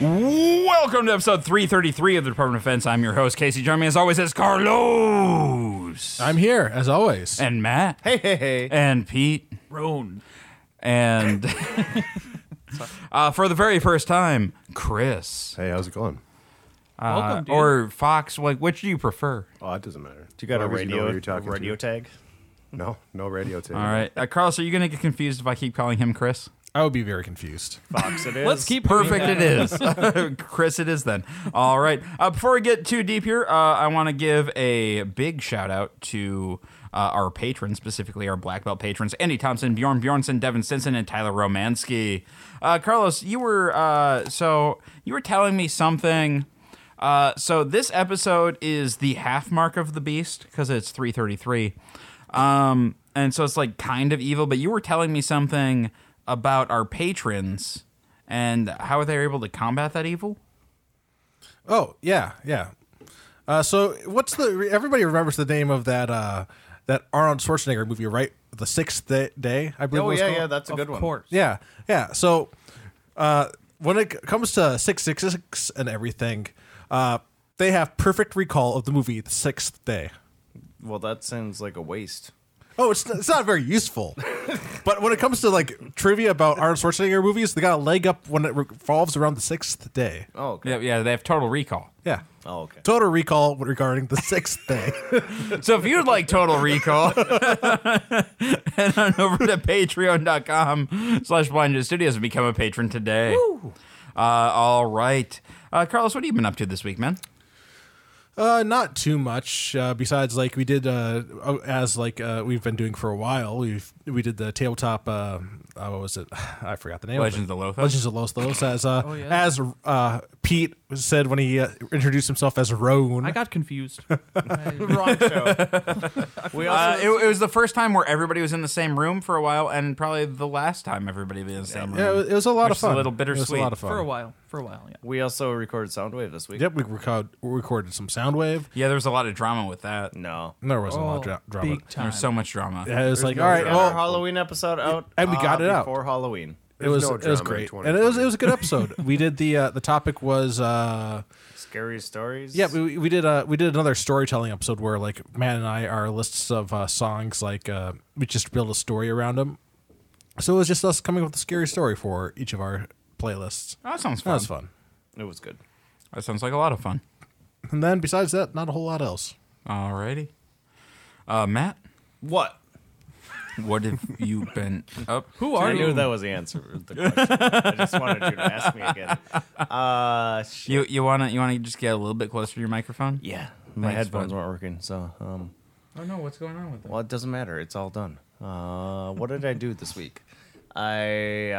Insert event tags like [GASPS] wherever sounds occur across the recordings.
Welcome to episode 333 of the Department of Defense. I'm your host, Casey. Joining me as always is Carlos. I'm here as always. and Matt. Hey, hey, hey. And Pete. Roan. [LAUGHS] And uh, for the very first time, Chris. Hey, how's it going? Uh, Welcome, dude. Or Fox. Like, which do you prefer? Oh, it doesn't matter. Do you got a Whatever you know radio who you're talking radio to. tag? no, no radio tag. All right. Uh, Carlos, are you going to get confused if I keep calling him Chris? I would be very confused. Fox it is. Let's keep Perfect, it [LAUGHS] is. [LAUGHS] Chris, it is then. All right. Uh, before we get too deep here, uh, I want to give a big shout out to uh, our patrons, specifically our black belt patrons Andy Thompson, Bjorn Bjornson, Devin Stinson, and Tyler Romansky. Uh, Carlos, you were uh, so you were telling me something. Uh, so this episode is the half mark of the beast because it's 333. Um, and so it's like kind of evil, but you were telling me something about our patrons and how they're able to combat that evil. Oh yeah, yeah. Uh, so what's the? Everybody remembers the name of that uh, that Arnold Schwarzenegger movie, right? The Sixth Da- Day, I believe. it Oh was yeah, called. yeah, that's a good Of one. course. Yeah, yeah. So uh, when it c- comes to six six six and everything, uh, they have perfect recall of the movie The Sixth Day. Well, that sounds like a waste. Oh, it's it's not very [LAUGHS] useful. but when it comes to like trivia about Arnold Schwarzenegger movies, they got a leg up when it revolves around the sixth day. Oh, okay. Yeah, yeah, they have total recall. Yeah. Oh, okay. Total recall regarding the [LAUGHS] sixth day. So if you'd like total recall, [LAUGHS] head on over to patreon.com slash blind Ninja studios and become a patron today. Uh, all right. Uh, Carlos, what have you been up to this week, man? uh, not too much. Uh, besides, like we did, uh, oh, as like uh, we've been doing for a while. We've we did the tabletop. Uh, uh, what was it? [SIGHS] I forgot the name. Legends of of it. the Lothos? Legends of Los Los. As uh, Oh, as uh, Pete said when he uh, introduced himself as Roan. I got confused. [LAUGHS] Wrong show. we Uh, also it, it was the first time where everybody was in the same room for a while, and probably the last time everybody was in the same room. yeah, it was- it was a lot Which of is a fun. little It was a bittersweet. lot of fun. for a while. For a while, yeah. we also recorded Soundwave this week. Yep, we record, recorded some Soundwave. Yeah, there was a lot of drama with that. No. There wasn't a lot of Oh, dra- drama. Big time. There's so much drama. Yeah, it was like, no all right, drama. well, Our Halloween episode out, And we got uh, it out. before Halloween. it was no it was drama in great, and it was it was a good episode. we did the uh, the topic was uh, Scary stories. yeah we, we did uh, we did another storytelling episode where like Matt and I our lists of uh, songs like uh, we just build a story around them. So it was just us coming up with a scary story for each of our playlists. Oh, That sounds That fun. was fun. it was good. That sounds like a lot of fun. And then besides that, not a whole lot else. Alrighty. Uh, Matt, What? what [LAUGHS] have you been up? Who to? are I knew you? that was the answer. to The question. I just wanted you to ask [LAUGHS] me again. Uh, shit. You you wanna you wanna just get a little bit closer to your microphone? yeah, my Thanks, headphones bud. weren't working, so um, Oh no, what's going on with that? Well, it doesn't matter. It's all done. Uh, what did I do this week? I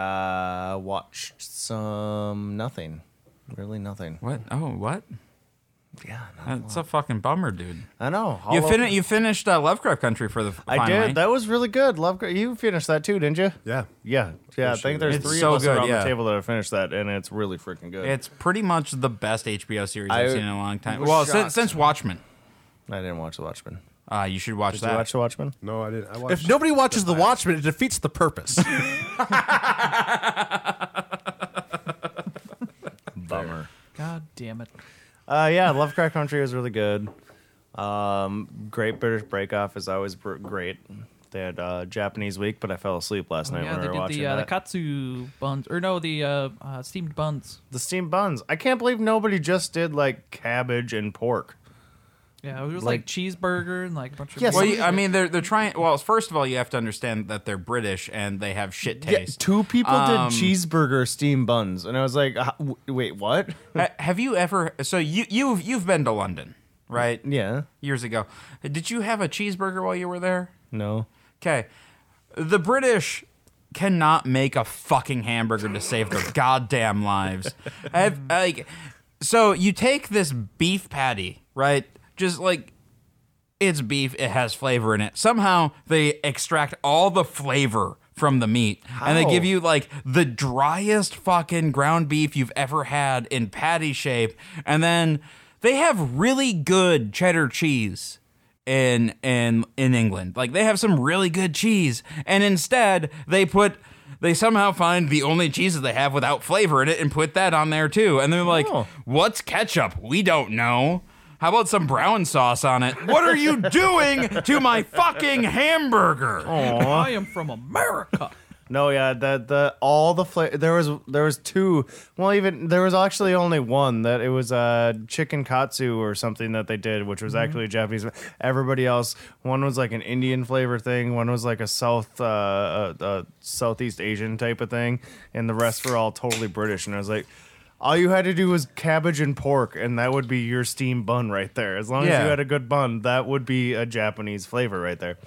uh, watched some nothing. Really nothing. What? Oh, what? Yeah. no- That's a fucking bummer, dude. I know. You Hollow- fin- you finished uh, Lovecraft Country for the I finally. did. That was really good. Lovecraft. You finished that too, didn't you? Yeah. Yeah. Yeah. I think there's It's three so of us good, around yeah. the table that have finished that, and it's really freaking good. It's pretty much the best HBO series I I've seen in a long time. was Well, shocked. since, since Watchmen, I didn't watch The Watchmen. uh, you should watch Did that. you watch The Watchmen? No, I didn't. I watched. If nobody watches The Watchmen, it defeats the [LAUGHS] purpose. Bummer. God damn it. Uh, yeah, Lovecraft Country was really good. Um, Great British Break Off is always br- great. They had uh, Japanese Week, but I fell asleep last night yeah, when we they were did watching the, uh, that. the katsu buns. Or no, the uh, uh, steamed buns. The steamed buns. I can't believe nobody just did like cabbage and pork. Yeah, it was like, Like- cheeseburger and like a bunch of. Yes. Well, Some you, I mean, they're they're trying. Well, first of all, you have to understand that they're British and they have shit taste. two people Um, did cheeseburger steamed buns, and I was like, uh, w- wait, what? [LAUGHS] Ha- have you ever? So you you've you've been to London, right? yeah, Years ago, did you have a cheeseburger while you were there? no. Okay, the British cannot make a fucking hamburger to save [LAUGHS] their goddamn lives. I've, like, so you take this beef patty, right? Just like It's beef. It has flavor in it. Somehow they extract all the flavor from the meat and they How? give you like the driest fucking ground beef you've ever had in patty shape and then they have really good cheddar cheese in in in England. Like they have some really good cheese, and instead they put they somehow find the only cheeses they have without flavor in it and put that on there too. And they're like, Oh. "What's ketchup? We don't know." How about some brown sauce on it? What are you doing to my fucking hamburger? I am [LAUGHS] from America. No, yeah, the the all the fla- there was there was two. Well, even there was actually only one that it was uh, chicken katsu or something that they did, which was actually Japanese. Everybody else, one was like an Indian flavor thing, one was like a South uh, uh, uh, Southeast Asian type of thing, and the rest were all totally British. And I was like. All you had to do was cabbage and pork, and that would be your steamed bun right there. As long as Yeah. you had a good bun, that would be a Japanese flavor right there.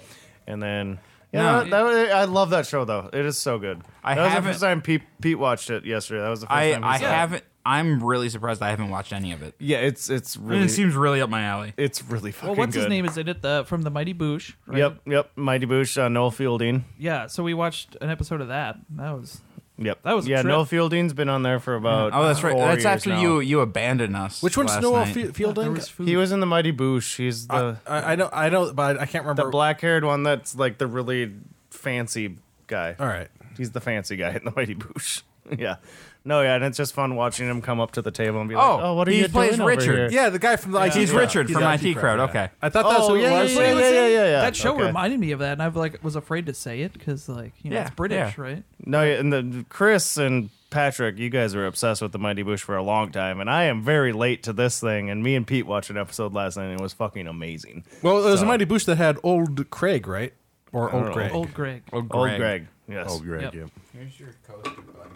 And then, yeah, No, that- that was- I love that show though. It is so good. I that was the haven't- first time Pete, Pete watched it yesterday. That was the first I time. I saw it. haven't. I'm really surprised I haven't watched any of it. Yeah, it's it's really It seems really up my alley. it's really fucking Well, what's good. his name is in it? The from the Mighty Boosh. Right? Yep, yep. Mighty Boosh, uh, Noel Fielding. Yeah. So we watched an episode of that. That was. Yep, That was a yeah. trip. Noel Fielding's been on there for about Oh, that's right. four That's years after now. you you abandoned us. Which one's last Noel night. Fe- There Fielding? was uh, food. He was in the Mighty Boosh. He's Uh, the I, I don't I don't, but I can't the remember. black haired one that's like the really fancy guy. All right. He's the fancy guy in the Mighty Boosh. [LAUGHS] yeah. No, yeah, and it's just fun watching him come up to the table and be like, Oh, "Oh, what are he you plays doing over Richard. here?" Yeah, the guy from the IT. He's crowd. Richard from IT crowd, yeah. okay. I thought that's Oh, who yeah, it was. yeah, yeah, yeah, yeah, yeah. That show Okay. reminded me of that, and I've like was afraid to say it because like you know Yeah, it's British, yeah. right? No, yeah, and the Chris and Patrick, you guys were obsessed with the Mighty Bush for a long time, and I am very late to this thing. And me and Pete watched an episode last night, and it was fucking amazing. Well, it was So- a Mighty Boosh that had old Craig, right? Or don't old know. Greg. Old Greg. Oh, Oh, Old Greg, yes, Oh, Greg, Yep. yeah. Here's your coaster, bud.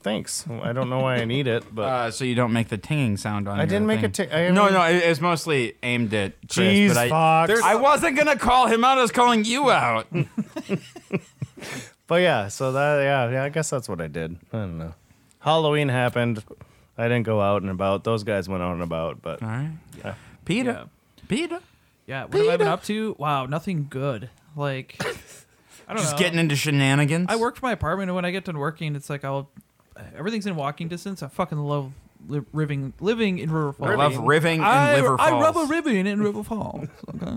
thanks. I don't know why I need it, but Uh, so you don't make the tinging sound on. I your didn't make a thing. ting- I no, haven't- no, it- it's mostly aimed at. Chris, Jeez, but I, Fox. There's- I wasn't gonna call him out. I was calling you [LAUGHS] out. but yeah, so that yeah, yeah, I guess that's what I did. I don't know. Halloween happened. I didn't go out and about. Those guys went out and about, but All right, Peter, Peter, Yeah. What have I been up to? Wow, nothing good. Like I don't just know. getting into shenanigans. I work from my apartment, and when I get done working, it's like I'll everything's in walking distance. I fucking love li- living living in River Falls. I love riving and I, liver I falls. rub a ribbon in [LAUGHS] River Falls. Okay.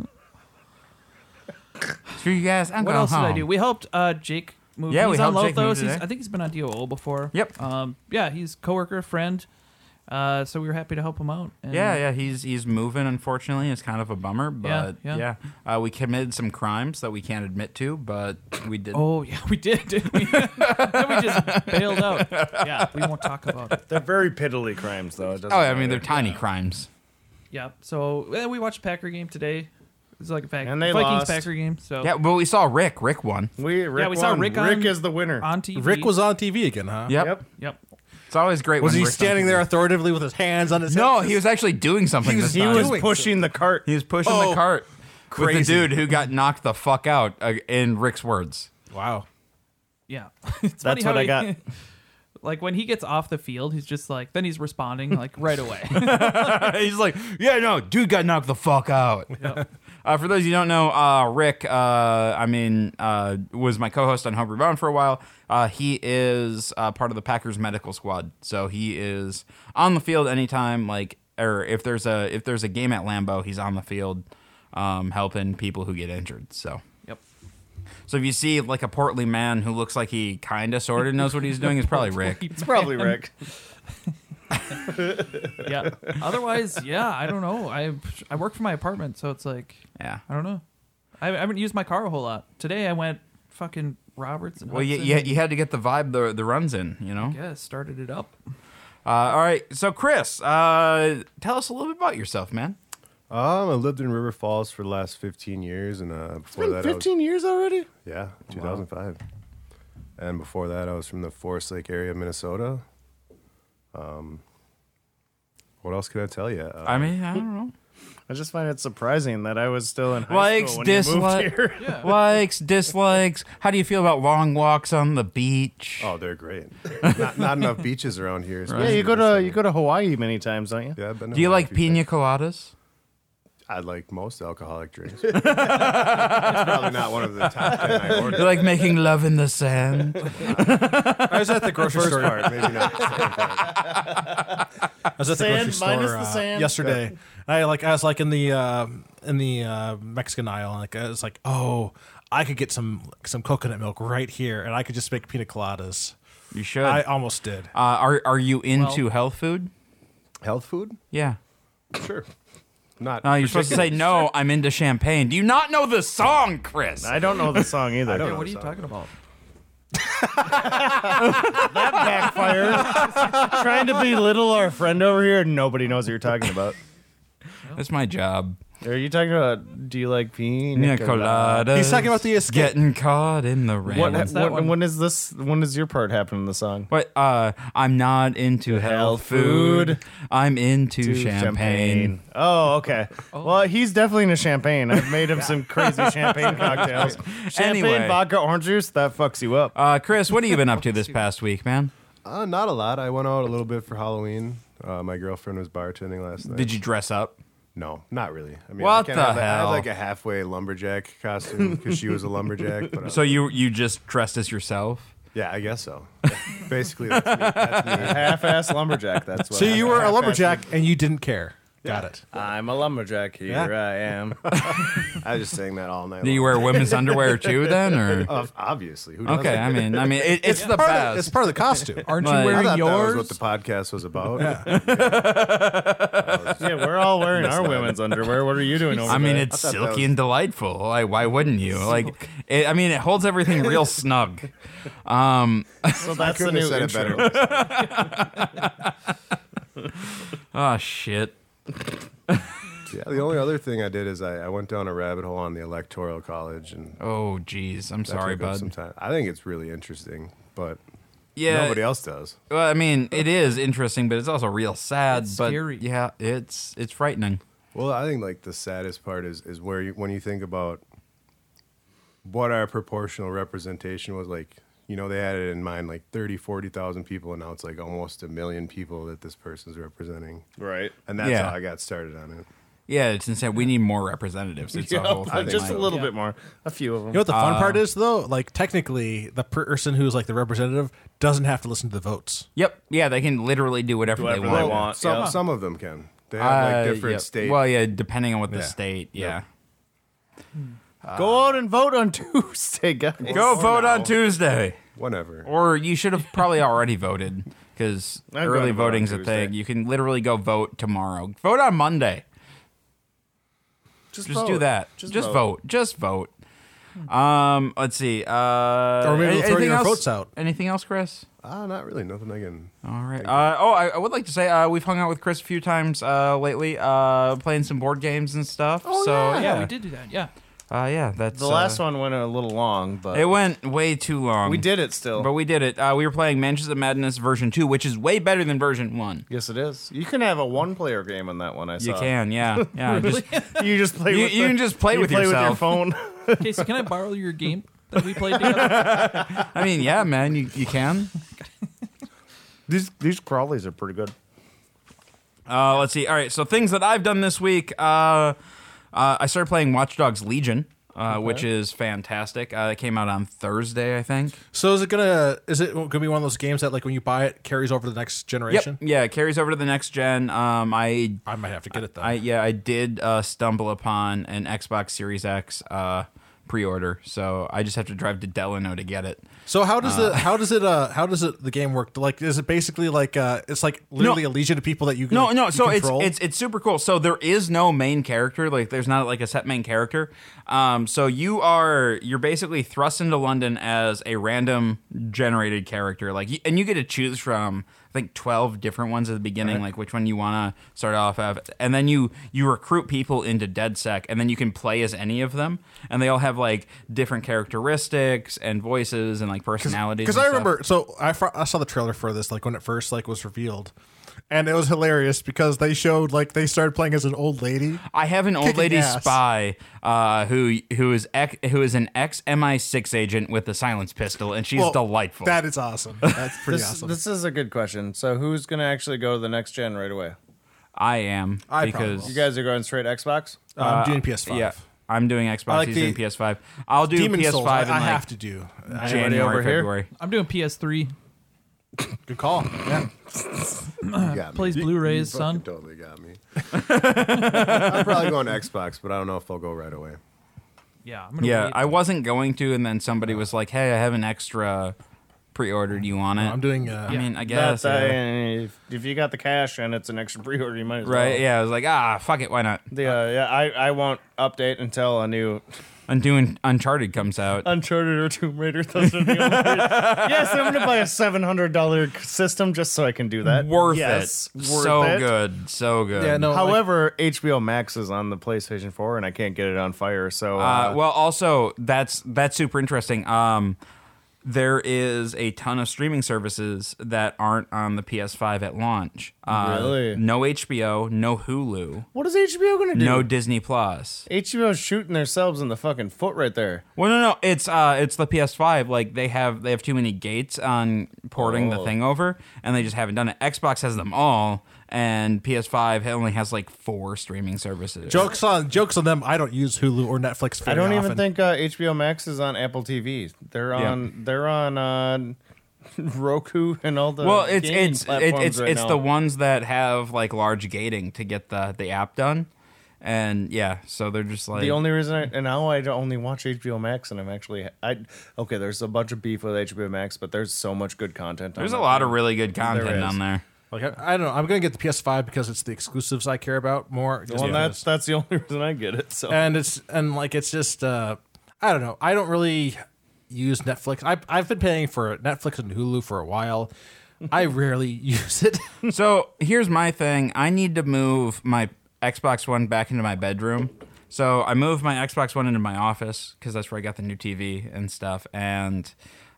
Screw you guys. I'm What going else home. did I do? We helped uh, Jake move. Uh-huh. Yeah, we he's on helped Jake move Lothos. He's- today. I think he's been on DOO before. Yep. Um, yeah, he's coworker, friend. Uh, so we were happy to help him out. And Yeah, yeah, he's he's moving. Unfortunately, it's kind of a bummer, but yeah, Yeah, yeah. Uh, we committed some crimes that we can't admit to, but we did. Oh [LAUGHS] yeah, we did. Didn't we? [LAUGHS] Then we just bailed out. Yeah, we won't talk about it. they're very piddly crimes, though. It doesn't Oh, I mean, matter. they're tiny crimes. Yeah. So eh, we watched Packer game today. It's like a fact. And they Vikings lost. Packer game. So Yeah, but we saw Rick. Rick won. We Rick we saw won. Rick on- Rick is the winner. on TV. Rick was on TV again, huh? Yep. Yep. Yep. It's always great. Was when he Rick's on standing TV. there authoritatively with his hands on his No, hips? he was actually doing something. was- this He time. was Doing pushing the cart. He was pushing the Oh, cart with crazy. the dude who got knocked the fuck out uh, in Rick's words. Wow. Yeah. [LAUGHS] It's That's funny what how I he- got. [LAUGHS] Like when he gets off the field, he's just like then he's [LAUGHS] responding like right away. [LAUGHS] [LAUGHS] He's like, yeah, no, dude got knocked the fuck out. [LAUGHS] Uh, for those of you who don't know, uh, Rick, uh, I mean, uh, was my co-host on Homebrew Bound for a while. Uh, he is uh, part of the Packers medical squad, so he is on the field anytime. Like, or if there's a if there's a game at Lambeau, he's on the field um, helping people who get injured. So. yep. So if you see like a portly man who looks like he kind of sort of knows what he's doing, it's [LAUGHS] probably Rick. It's [LAUGHS] [LAUGHS] probably Rick. Yeah. Otherwise, yeah, I don't know. I I work from my apartment, so it's like Yeah. I don't know. I, I haven't used my car a whole lot. Today I went fucking Roberts and Well, you, Hudson you, and- you had to get the vibe the the runs in, you know. yeah, started it up. Uh, all right. So Chris, uh, tell us a little bit about yourself, man. Um, I lived in River Falls for the last 15 years, and uh, before that, I was- years already. yeah, 2005. And before that, I was from the Forest Lake area of Minnesota. Um, what else can I tell you? Uh, I mean, I don't [LAUGHS] know. I just find it surprising that I was still in high Likes, school when you dislikes, moved [LAUGHS] here. likes, dislikes. How do you feel about long walks on the beach? oh, they're great. not, not enough beaches around here. Yeah, you go to you go to Hawaii many times, don't you? Yeah, I've been do you Hawaii a like few pina times. coladas? I like most alcoholic drinks. [LAUGHS] It's probably not one of the top ten I ordered. like making love in the sand. I [LAUGHS] was at the grocery First store. I part, maybe not. was at the Sand grocery store minus the uh, sand. yesterday. And I like I was like in the uh, in the uh, Mexican aisle. And, like I was like, oh, I could get some some coconut milk right here, and I could just make pina coladas. [LAUGHS] You should. I Uh, almost did. are are you into health food? [LAUGHS] Health food? Yeah. Sure. Not. No, you're supposed to say no. I'm into champagne. Do you not know the song, Chris? I don't know the song [LAUGHS] either. don't Hey, know. what are you talking about? Backfire. Trying to belittle our friend over here. Nobody knows what you're talking about. That's my job. Are you talking about? Do you like pina Pina coladas. He's talking about the escape. getting caught in the rain. What, What's that what- one? when is this? When does your part happen in the song? But uh, I'm not into health Health food. food. I'm into To champagne. Oh, okay. [LAUGHS] Well, he's definitely into champagne. I've made him some crazy champagne cocktails. Champagne, Anyway. vodka, orange juice. That fucks you up. Uh, Chris, what have you been up to [LAUGHS] this past week, man? Uh, not a lot. I went out a little bit for Halloween. Uh, my girlfriend was bartending last night. Did you dress up? No, not really. I mean, What I the have that- I had hell? like a halfway lumberjack costume because she was a lumberjack. But I- So you you just dressed as yourself? yeah, I guess so. Basically, that's me. That's me. Half-ass [LAUGHS] lumberjack. That's what. so I'm you a were a half-ass- lumberjack and you didn't care. Got it. I'm a lumberjack. Here Yeah. I am. [LAUGHS] I just sang that all night. Did you long. wear women's underwear too then? Or [LAUGHS] Ob- obviously, who doesn't? okay, I mean, [LAUGHS] I mean, it, it's the Part of- it's best. part of the costume. Aren't Like- you I wearing thought yours? that was what the podcast was about. [LAUGHS] yeah, we're all wearing our women's underwear. What are you doing over I mean, there? it's thought that silky was- and delightful. Like, why wouldn't you? Like, it, I mean, it holds everything real snug. Um, so that's the Couldn't new have said it intro. better. oh shit. Yeah, the only other thing I did is I, I went down a rabbit hole on the electoral college, and Oh jeez, I'm that sorry, took up bud. Some time. I think it's really interesting, but Yeah, nobody else does. Well, I mean, it is interesting, but it's also real sad. It's but scary. yeah, it's it's frightening. Well, I think like the saddest part is is where you, when you think about what our proportional representation was like, you know, they had it in mind like 30, 40,000 people and now it's like almost a million people that this person's representing. Right. And that's Yeah. how I got started on it. Yeah, it's insane. We need more representatives. It's a whole Uh, thing. just a like- little bit more. A few of them. You know what the fun part Uh. is though? Like technically, the person who's like the representative doesn't have to listen to the votes. Yep. Yeah, they can literally do whatever, Whatever they they want. want. Some, yeah. some of them can. They have like Uh, different yep. state. Well, yeah, depending on what the Yeah. state. Yeah. Go out and vote on [LAUGHS] Tuesday, guys. Ah. Go Or vote on now. Tuesday, whatever. or you should have probably already voted because I'm early gonna vote on voting's a Tuesday. thing. You can literally go vote tomorrow. Vote on Monday. Just do vote. that. Just, vote. Just vote. Um, let's see. Uh, Or maybe we'll any- throw anything your else? votes out. Anything else, Chris? Ah, not really. Nothing I can. All right. Uh, oh, I, I would like to say uh, we've hung out with Chris a few times uh, lately, uh, playing some board games and stuff. Oh, so yeah, yeah, we did do that. Yeah. Uh, yeah, that's The last one went a little long, but It went way too long. we did it still. but we did it. Uh, we were playing Mansions of Madness version two, which is way better than version one. yes, it is. You can have a one-player game on that one. I saw. You can, [LAUGHS] yeah, yeah. just- You just play. You- with you the- can just play you with play yourself. with your [LAUGHS] phone. Casey, can I borrow your game that we played together? I mean, yeah, man, you, you can. [LAUGHS] these these crawlies are pretty good. Uh, let's see. All right, so things that I've done this week. Uh, uh, I started playing Watch Dogs Legion, uh, which is fantastic. Uh, it came out on Thursday, I think. So is it gonna is it gonna be one of those games that like when you buy it carries over to the next generation? Yep. Yeah, it carries over to the next gen. Um, I, I might have to get it though. I, yeah, I did uh, stumble upon an Xbox Series X uh, pre-order, so I just have to drive to Delano to get it. so how does it how does it uh how does it the game work? Like is it basically like uh it's like literally a legion of people that you can No, no. you So control? it's it's it's super cool. So there is no main character. Like there's not like a set main character. Um, so you are you're basically thrust into London as a random generated character. Like y- and you get to choose from I think twelve different ones at the beginning. Like which one you want to start off of, and then you you recruit people into DedSec, and then you can play as any of them, and they all have like different characteristics and voices and like personalities. because and I stuff. remember. So I fr- I saw the trailer for this like when it first like was revealed, and it was hilarious because they showed like they started playing as an old lady. I have an old Kicking lady ass. spy uh, who who is ex, who is an ex MI6 agent with a silence pistol, and she's Well, delightful. [LAUGHS] That is awesome. That's pretty This, awesome. this is a good question. So who's gonna actually go to the next gen right away? I am I because probably You guys are going straight Xbox. I'm doing PS5. uh, yeah, I'm doing Xbox. I like he's the- doing PS5. I'll do Demon PS5 Souls. in I, like I have to do. I- January, over here. February. I'm doing PS3. Good call. Yeah. You got me. Plays Blu-rays, You son. fucking Totally got me. [LAUGHS] I'm probably going to Xbox, but I don't know if I'll go right away. Yeah, I'm gonna Yeah, wait. I wasn't going to, and then somebody was like, "Hey, I have an extra pre-ordered. You want it?" I'm doing. Uh, I mean, I That's guess. uh, yeah. if, if you got the cash and it's an extra [LAUGHS] pre-order, you might as well. Right? Yeah, I was like, "Ah, fuck it, why not?" The, uh, yeah, I, I won't update until a new [LAUGHS] I'm doing Uncharted comes out. Uh, Uncharted or Tomb Raider. Those are the only [LAUGHS] yes, I'm gonna buy a seven hundred dollar system just so I can do that. worth yes, it. worth so it. good. So good. Yeah, no. like- However, HBO Max is on the PlayStation 4, and I can't get it on fire. So, uh, Uh, well, also that's that's super interesting. Um, there is a ton of streaming services that aren't on the PS5 at launch. Uh, Really? No HBO, no Hulu, what is HBO gonna do? no Disney Plus. HBO's shooting themselves in the fucking foot right there. Well, no, no, it's uh, it's the PS5. Like they have they have too many gates on porting the Oh. thing over, and they just haven't done it. Xbox has them all, and PS5 only has like four streaming services. Jokes on jokes on them. I don't use Hulu or Netflix. I Very don't even often. think uh, HBO Max is on Apple TV. They're on they're on uh, [LAUGHS] Roku and all the well it's gaming it's it, platforms it's right it's now. the ones that have like large gating to get the the app done and yeah so they're just like The only reason I and now I only watch HBO Max and I'm actually I okay. There's a bunch of beef with HBO Max, but there's so much good content. on there's a that lot thing. of really good content is. [LAUGHS] on there Like I, I don't know. I'm gonna get the PS5 because it's the exclusives I care about more. just Well, because- that's that's the only [LAUGHS] reason I get it. So and it's and like it's just uh I don't know. I don't really use Netflix. I I've been paying for Netflix and Hulu for a while. I rarely [LAUGHS] use it. so here's my thing i need to move my xbox one back into my bedroom so i moved my xbox one into my office because that's where i got the new tv and stuff and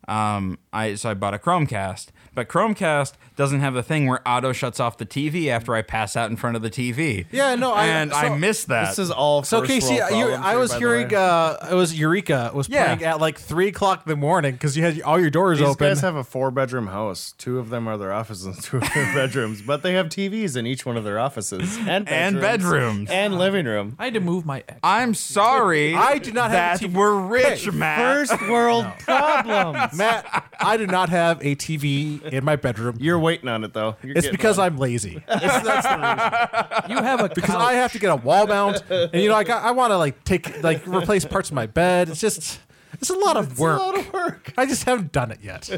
um, I so I bought a Chromecast, but Chromecast doesn't have the thing where auto shuts off the TV after I pass out in front of the TV. Yeah, no, I- and so- I missed that. this is all So first Casey, world you, problems I here, was by the hearing way. uh it was Eureka was Yeah. playing at like three o'clock in the morning because you had all your doors These open. guys have a four-bedroom house. Two of them are their offices, and [LAUGHS] two of their bedrooms. But they have TVs in each one of their [LAUGHS] offices and bedrooms, And bedrooms. and living [LAUGHS] room. I had to move my X. I'm sorry. I do not have that a TV. we're rich, Hey, Matt. First world [LAUGHS] problems. [LAUGHS] Matt, I do not have a TV in my bedroom. You're waiting on it though. You're it's getting because one. I'm [LAUGHS] lazy. It's, that's the reason. You have a because couch. I have to get a wall mount, and you know, I got, I want to like take like replace parts of my bed. It's just it's a lot of work. a lot of work. I just haven't done it yet.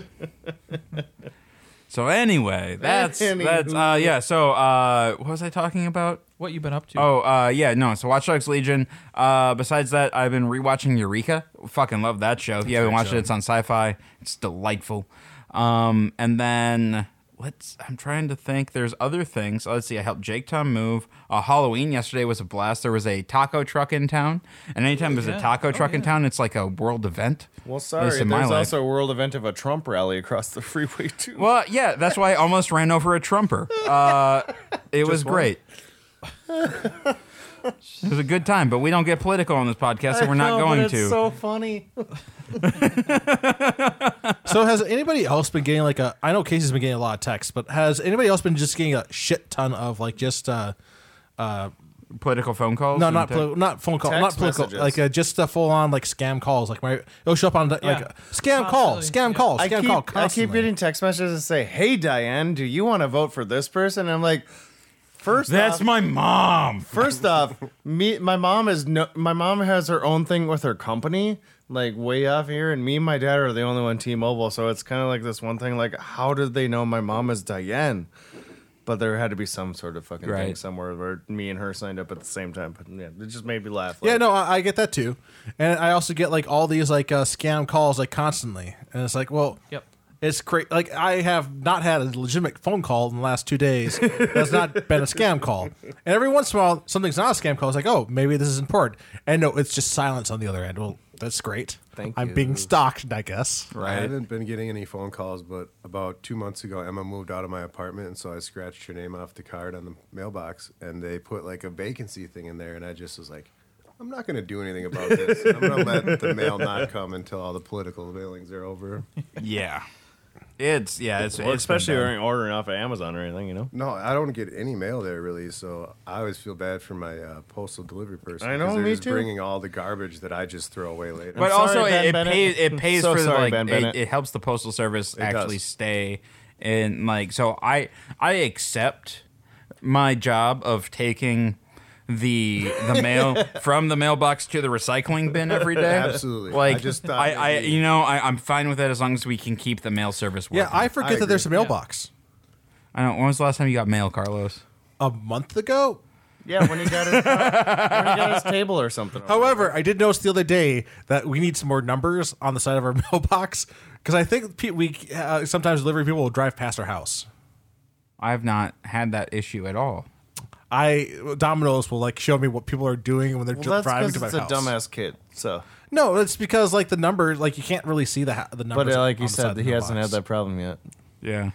so anyway, that's Anywho. that's uh yeah. So uh, what was I talking about? What you been up to? Oh uh yeah no. So Watch Dogs Legion. Uh, besides that, I've been rewatching Eureka. Fucking love that show. If you haven't watched it, it's on Sci-Fi. It's delightful. Um, and then let's. I'm trying to think. There's other things. Let's see. I helped Jake Tom move. Uh, Halloween yesterday was a blast. There was a taco truck in town, and anytime there's a taco truck in town, it's like a world event. Well, At sorry. least There's in my life. also a world event of a Trump rally across the freeway too. Well, yeah, that's why I almost ran over a Trumper. Uh, it was great. it was a good time, but we don't get political on this podcast, and we're not going to. so funny. so has anybody else been getting like a? I know Casey's been getting a lot of texts, but has anybody else been just getting a shit ton of like just uh political phone calls? no and not te- poli- not phone call not Text political messages. like uh, just uh, full on like scam calls like my it'll show up on like Yeah. scam call Constantly. scam Yeah. call I scam keep, call I keep constantly. getting text messages that say, "Hey Diane, do you want to vote for this person?" And I'm like, first That's off, my mom. First off, me my mom is no my mom has her own thing with her company, like way off here, and me and my dad are the only one T Mobile, so it's kinda like this one thing, like how did they know my mom is Diane? But there had to be some sort of fucking thing Right. somewhere where me and her signed up at the same time. But yeah, it just made me laugh. Yeah, like, no, I, I get that too, and I also get like all these like uh, scam calls like constantly, and it's like, well, Yep. it's great. Like I have not had a legitimate phone call in the last two days that's not been a scam call, and every once in a while something's not a scam call. It's like, oh, maybe this is important, and no, it's just silence on the other end. Well, that's great. Thank I'm you. being stalked, I guess. I Right. haven't been getting any phone calls, but about two months ago, Emma moved out of my apartment, and so I scratched her name off the card on the mailbox, and they put like a vacancy thing in there, and I just was like, I'm not going to do anything about this. I'm going to let the mail not come until all the political mailings are over. Yeah. It's yeah, it's, Well, it's been especially bad. when you're ordering off of Amazon or anything, you know. No, I don't get any mail there really, so I always feel bad for my uh, postal delivery person. I 'cause know, they're me just too. Bringing all the garbage that I just throw away later. but sorry, also Ben it, it Bennett. pays it pays So for the, sorry, like Ben it, Bennett. it helps the postal service does. actually stay and like so I I accept my job of taking the the mail from the mailbox to the recycling bin every day. Absolutely. Like I just thought I, I maybe- you know I, I'm fine with that as long as we can keep the mail service working. Yeah, I forget I that there's a agree. mailbox. I don't. When was the last time you got mail, Carlos? A month ago. Yeah, when he [LAUGHS] got his, table or something. However, I did notice the other day that we need some more numbers on the side of our [LAUGHS] mailbox because I think pe- we uh, sometimes delivery people will drive past our house. I've not had that issue at all. I Domino's will like show me what people are doing when they're well, that's driving because to my it's a house. dumbass kid. So, No, it's because like the numbers, like you can't really see the ha- the but numbers. uh, like on you the side said, of the he hasn't had mailbox. that problem yet. Yeah,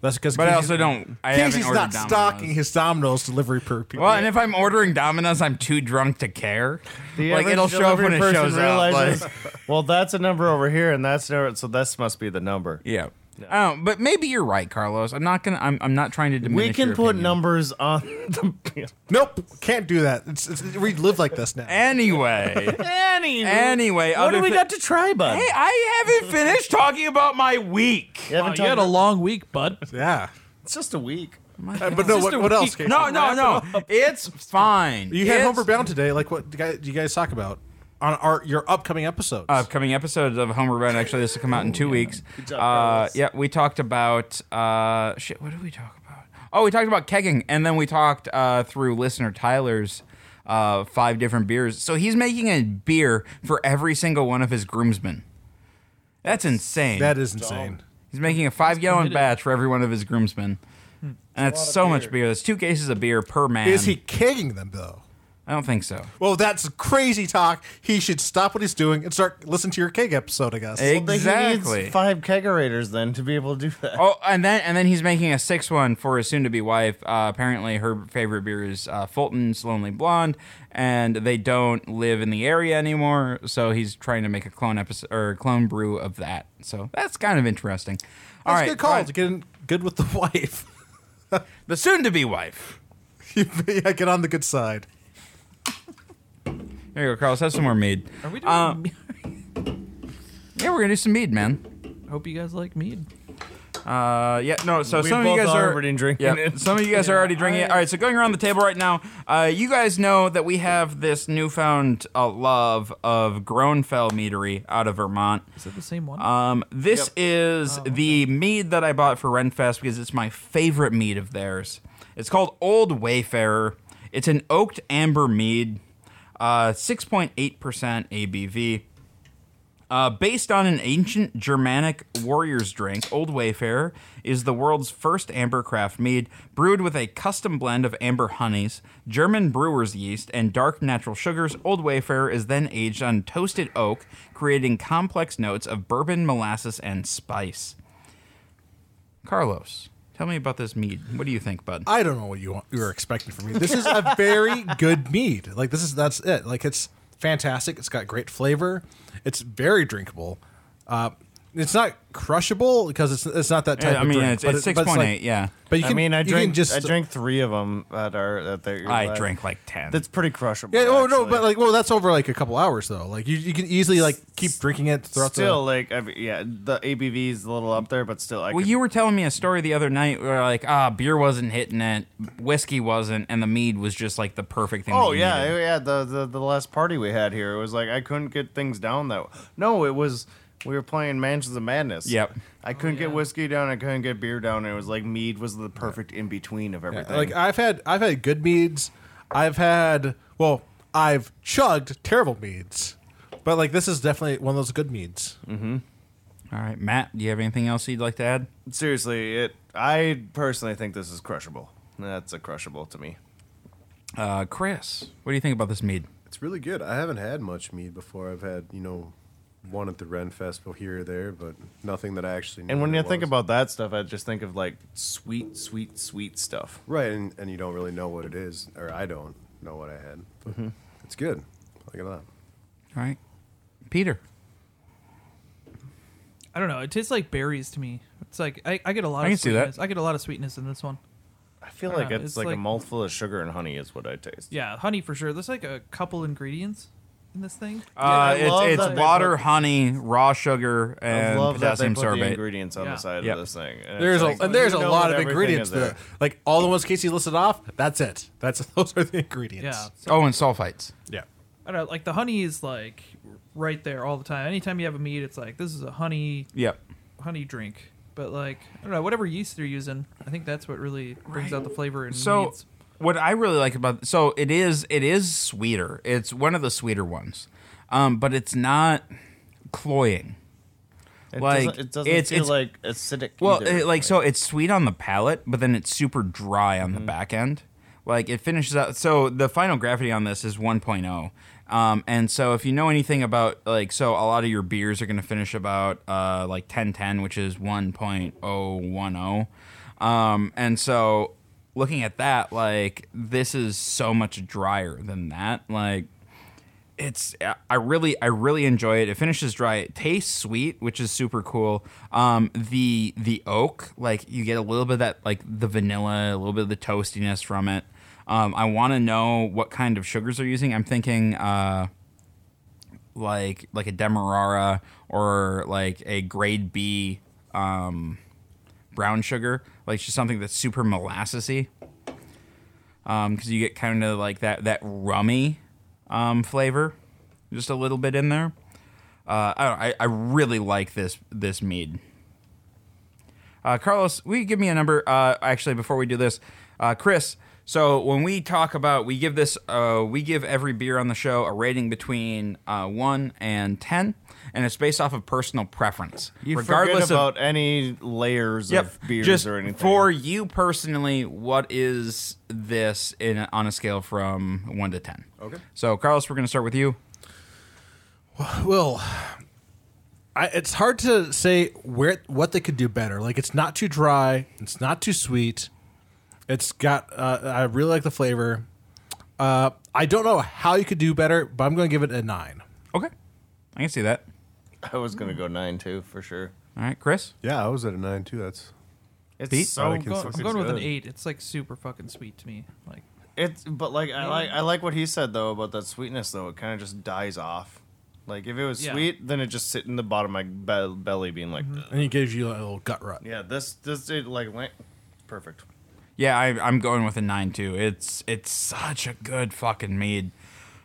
That's because, but I also don't. I haven't he's ordered not Domino's. stocking his Domino's delivery per people. Well, and if I'm ordering Domino's, I'm too drunk to care. The like average it'll show up when delivery it person shows up. like- realizes, [LAUGHS] well, that's a number over here, and that's never. So this must be the number. [LAUGHS] yeah. Oh, but maybe you're right, Carlos. I'm not gonna. I'm. I'm not trying to diminish. We can your put opinion. numbers on [LAUGHS] the. nope, can't do that. It's, it's, we live like this now. [LAUGHS] Anyway. Anyway, Anyway, what other do we thi- got to try, bud? hey, I haven't finished talking about my week. You haven't Wow, Oh, you talked had a about- long week, bud. yeah, It's just a week. Uh, but no, what, what else? Casey? No, no, no. It's fine. You had It's Homeward Bound today. Like, what do you guys, do you guys talk about on our your upcoming episodes? upcoming episodes of Homer Run. Actually, this will come out in two weeks. uh, job, Carlos. yeah, we talked about uh, shit. What did we talk about? Oh, we talked about kegging, and then we talked uh, through listener Tyler's uh, five different beers. So he's making a beer for every single one of his groomsmen. That's insane. that is insane. He's making a five gallon committed. batch for every one of his groomsmen. And that's so much beer. That's two cases of beer per man. Is he kegging them though? I don't think so. Well, that's crazy talk. He should stop what he's doing and start listen to your keg episode. I guess. Well, then exactly. He needs five kegerators then to be able to do that. Oh, and then and then he's making a sixth one for his soon-to-be wife. Uh, apparently, her favorite beer is uh, Fulton's Lonely Blonde, and they don't live in the area anymore. So he's trying to make a clone episode or clone brew of that. So that's kind of interesting. All that's right, a good call fine. to get in good with the [LAUGHS] wife. the soon-to-be wife. yeah, get on the good side. There you go, Carlos. Have some more mead. Are we doing? Uh, Yeah, we're gonna do some mead, man. [LAUGHS] hope you guys like mead. Uh, yeah, no. So We some of you both guys are are already drinking Yeah, it. some of you guys are already drinking it. All right, so going around the table right now, uh, you guys know that we have this newfound uh, love of Groenfell Meadery out of Vermont. Is it the same one? Um, this is the mead that I bought for Renfest because it's my favorite mead of theirs. It's called Old Wayfarer. It's an oaked amber mead, uh, 6.8% ABV. Uh, based on an ancient Germanic warrior's drink, Old Wayfarer is the world's first amber craft mead, brewed with a custom blend of amber honeys, German brewer's yeast, and dark natural sugars. Old Wayfarer is then aged on toasted oak, creating complex notes of bourbon, molasses, and spice. Carlos, tell me about this mead. What do you think, bud? I don't know what you want, you were expecting from me. This is a very good mead. Like this is that's it. Like it's fantastic. It's got great flavor. It's very drinkable. Uh, it's not crushable because it's it's not that type. Yeah, I of mean, drink, it's- but it's it- but 6.8, yeah. But you can. I mean, I you can drank just I drank three of them at our at the. I drank like 10. That's pretty crushable. Yeah. Oh no, actually. but like, well, that's over like a couple hours though. Like you, you can easily like keep drinking it throughout still, like I mean, yeah, the ABV is a little up there, but still, I Well, could, you were telling me a story the other night where like ah beer wasn't hitting it, whiskey wasn't, and the mead was just like the perfect thing. Oh that you yeah, needed. yeah. The, the the last party we had here, it was like I couldn't get things down that. No, it was we were playing Mansions of Madness. Yep. Oh, I couldn't get whiskey down. I couldn't get beer down. It was like mead was the perfect in between of the. everything. Like I've had, I've had good meads. I've had, well, I've chugged terrible meads, but like this is definitely one of those good meads. All right, Matt, do you have anything else you'd like to add? Seriously, it. I personally think this is crushable. That's a crushable to me. Uh, Chris, what do you think about this mead? It's really good. I haven't had much mead before. I've had, you know, one at the Ren Festival here or there, but nothing that I actually. Knew And when what you it think was. about that stuff, I just think of like sweet, sweet, sweet stuff. right, and, and you don't really know what it is, or I don't know what I had, but it's good. Look at that. All right, Peter. I don't know. It tastes like berries to me. It's like I, I get a lot. I of can see that. sweetness. I get a lot of sweetness in this one. I feel I don't like know, it's, it's like, like- a mouthful of sugar and honey is what I taste. Yeah, honey for sure. There's like a couple ingredients in this thing. Uh, I love it's that it's they water, put- honey, raw sugar, I and love that they potassium put the sorbate. ingredients on Yeah. the side Yep. of this thing. And There's it's a like, and there's you a know lot of that everything ingredients. is there. That, like all the ones Casey listed off. That's it. That's [LAUGHS] those are the ingredients. Yeah. So, Oh, and sulfites. Yeah. I don't know, like the honey is like right there all the time. Anytime you have a meat, it's like this is a honey Yep. honey drink. But like I don't know, whatever yeast they're using, I think that's what really brings out the flavor in So meats. what I really like about so it is it is sweeter. It's one of the sweeter ones, um, but it's not cloying. It Like, doesn't, it doesn't it's- feel it's- like acidic. Well, either. it, like so it's sweet on the palate, but then it's super dry on the back end. Like it finishes out. So the final gravity on this is 1.0. Um, and so if you know anything about like so a lot of your beers are going to finish about uh, like 1010, which is 1.010. oh. Um, and so looking at that, like this is so much drier than that. Like it's I really I really enjoy it. It finishes dry. It tastes sweet, which is super cool. Um, the the oak, like you get a little bit of that like the vanilla, a little bit of the toastiness from it. Um, I want to know what kind of sugars they're using. I'm thinking uh, like like a demerara or like a grade B um, brown sugar, like just something that's super molassesy. Um, 'cause because you get kind of like that that rummy um, flavor, just a little bit in there. Uh, I, don't, I I really like this this mead. Uh, Carlos, will you give me a number? Uh, actually, before we do this, uh, Chris. So when we talk about, we give this, uh, we give every beer on the show a rating between uh, one and ten, and it's based off of personal preference, you regardless regardless of about any layers of beers just or anything. For you personally, what is this in on a scale from one to ten? Okay. So Carlos, we're gonna start with you. Well, I, it's hard to say where what they could do better. Like it's not too dry, it's not too sweet. It's got uh, I really like the flavor. Uh, I don't know how you could do better, but I'm going to give it a nine. Okay. I can see that. [LAUGHS] I was gonna go nine too for sure. All right, Chris. Yeah, I was at a nine too. That's It's Pete? so I I'm can going, see I'm that. going with an Good. eight. It's like super fucking sweet to me. Like It's but like I like I like what he said though about that sweetness though. It kind of just dies off. Like if it was Yeah. Mm-hmm. sweet, then it just sit in the bottom of my be- belly, being like, "Ugh." And it gives you a little gut rut. yeah, this this it like went perfect. Yeah, I, I'm going with a nine too. It's it's such a good fucking mead.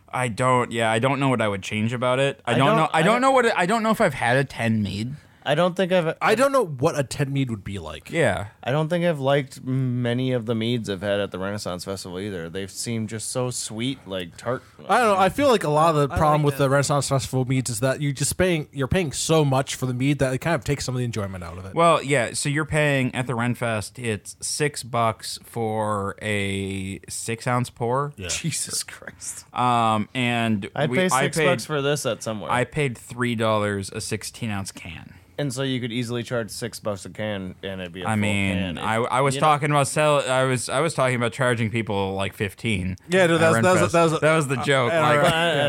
I don't. Yeah, I don't know what I would change about it. I, don't, don't- know. I I don't don't- know what. It, I don't know if I've had a ten mead. I don't think I've I don't know what a ten mead would be like. Yeah. I don't think I've liked many of the meads I've had at the Renaissance Festival either. They've seemed just so sweet, like tart. I don't know. I feel like a lot of the I problem like with that. the Renaissance Festival meads is that you just paying you're paying so much for the mead that it kind of takes some of the enjoyment out of it. Well, yeah. So you're paying at the Renfest. It's six bucks for a six ounce pour. [LAUGHS] Yeah. Jesus Christ! Um, and I'd we- pay I six paid, bucks for this at somewhere, I paid three dollars a sixteen ounce can. and so you could easily charge six bucks a can, and it'd be. I I mean, I, I was talking about sell. I was I was talking about charging people like fifteen. Yeah, no, at that's- that's- Renfest. that's- that was uh, the joke. I like, But, I- I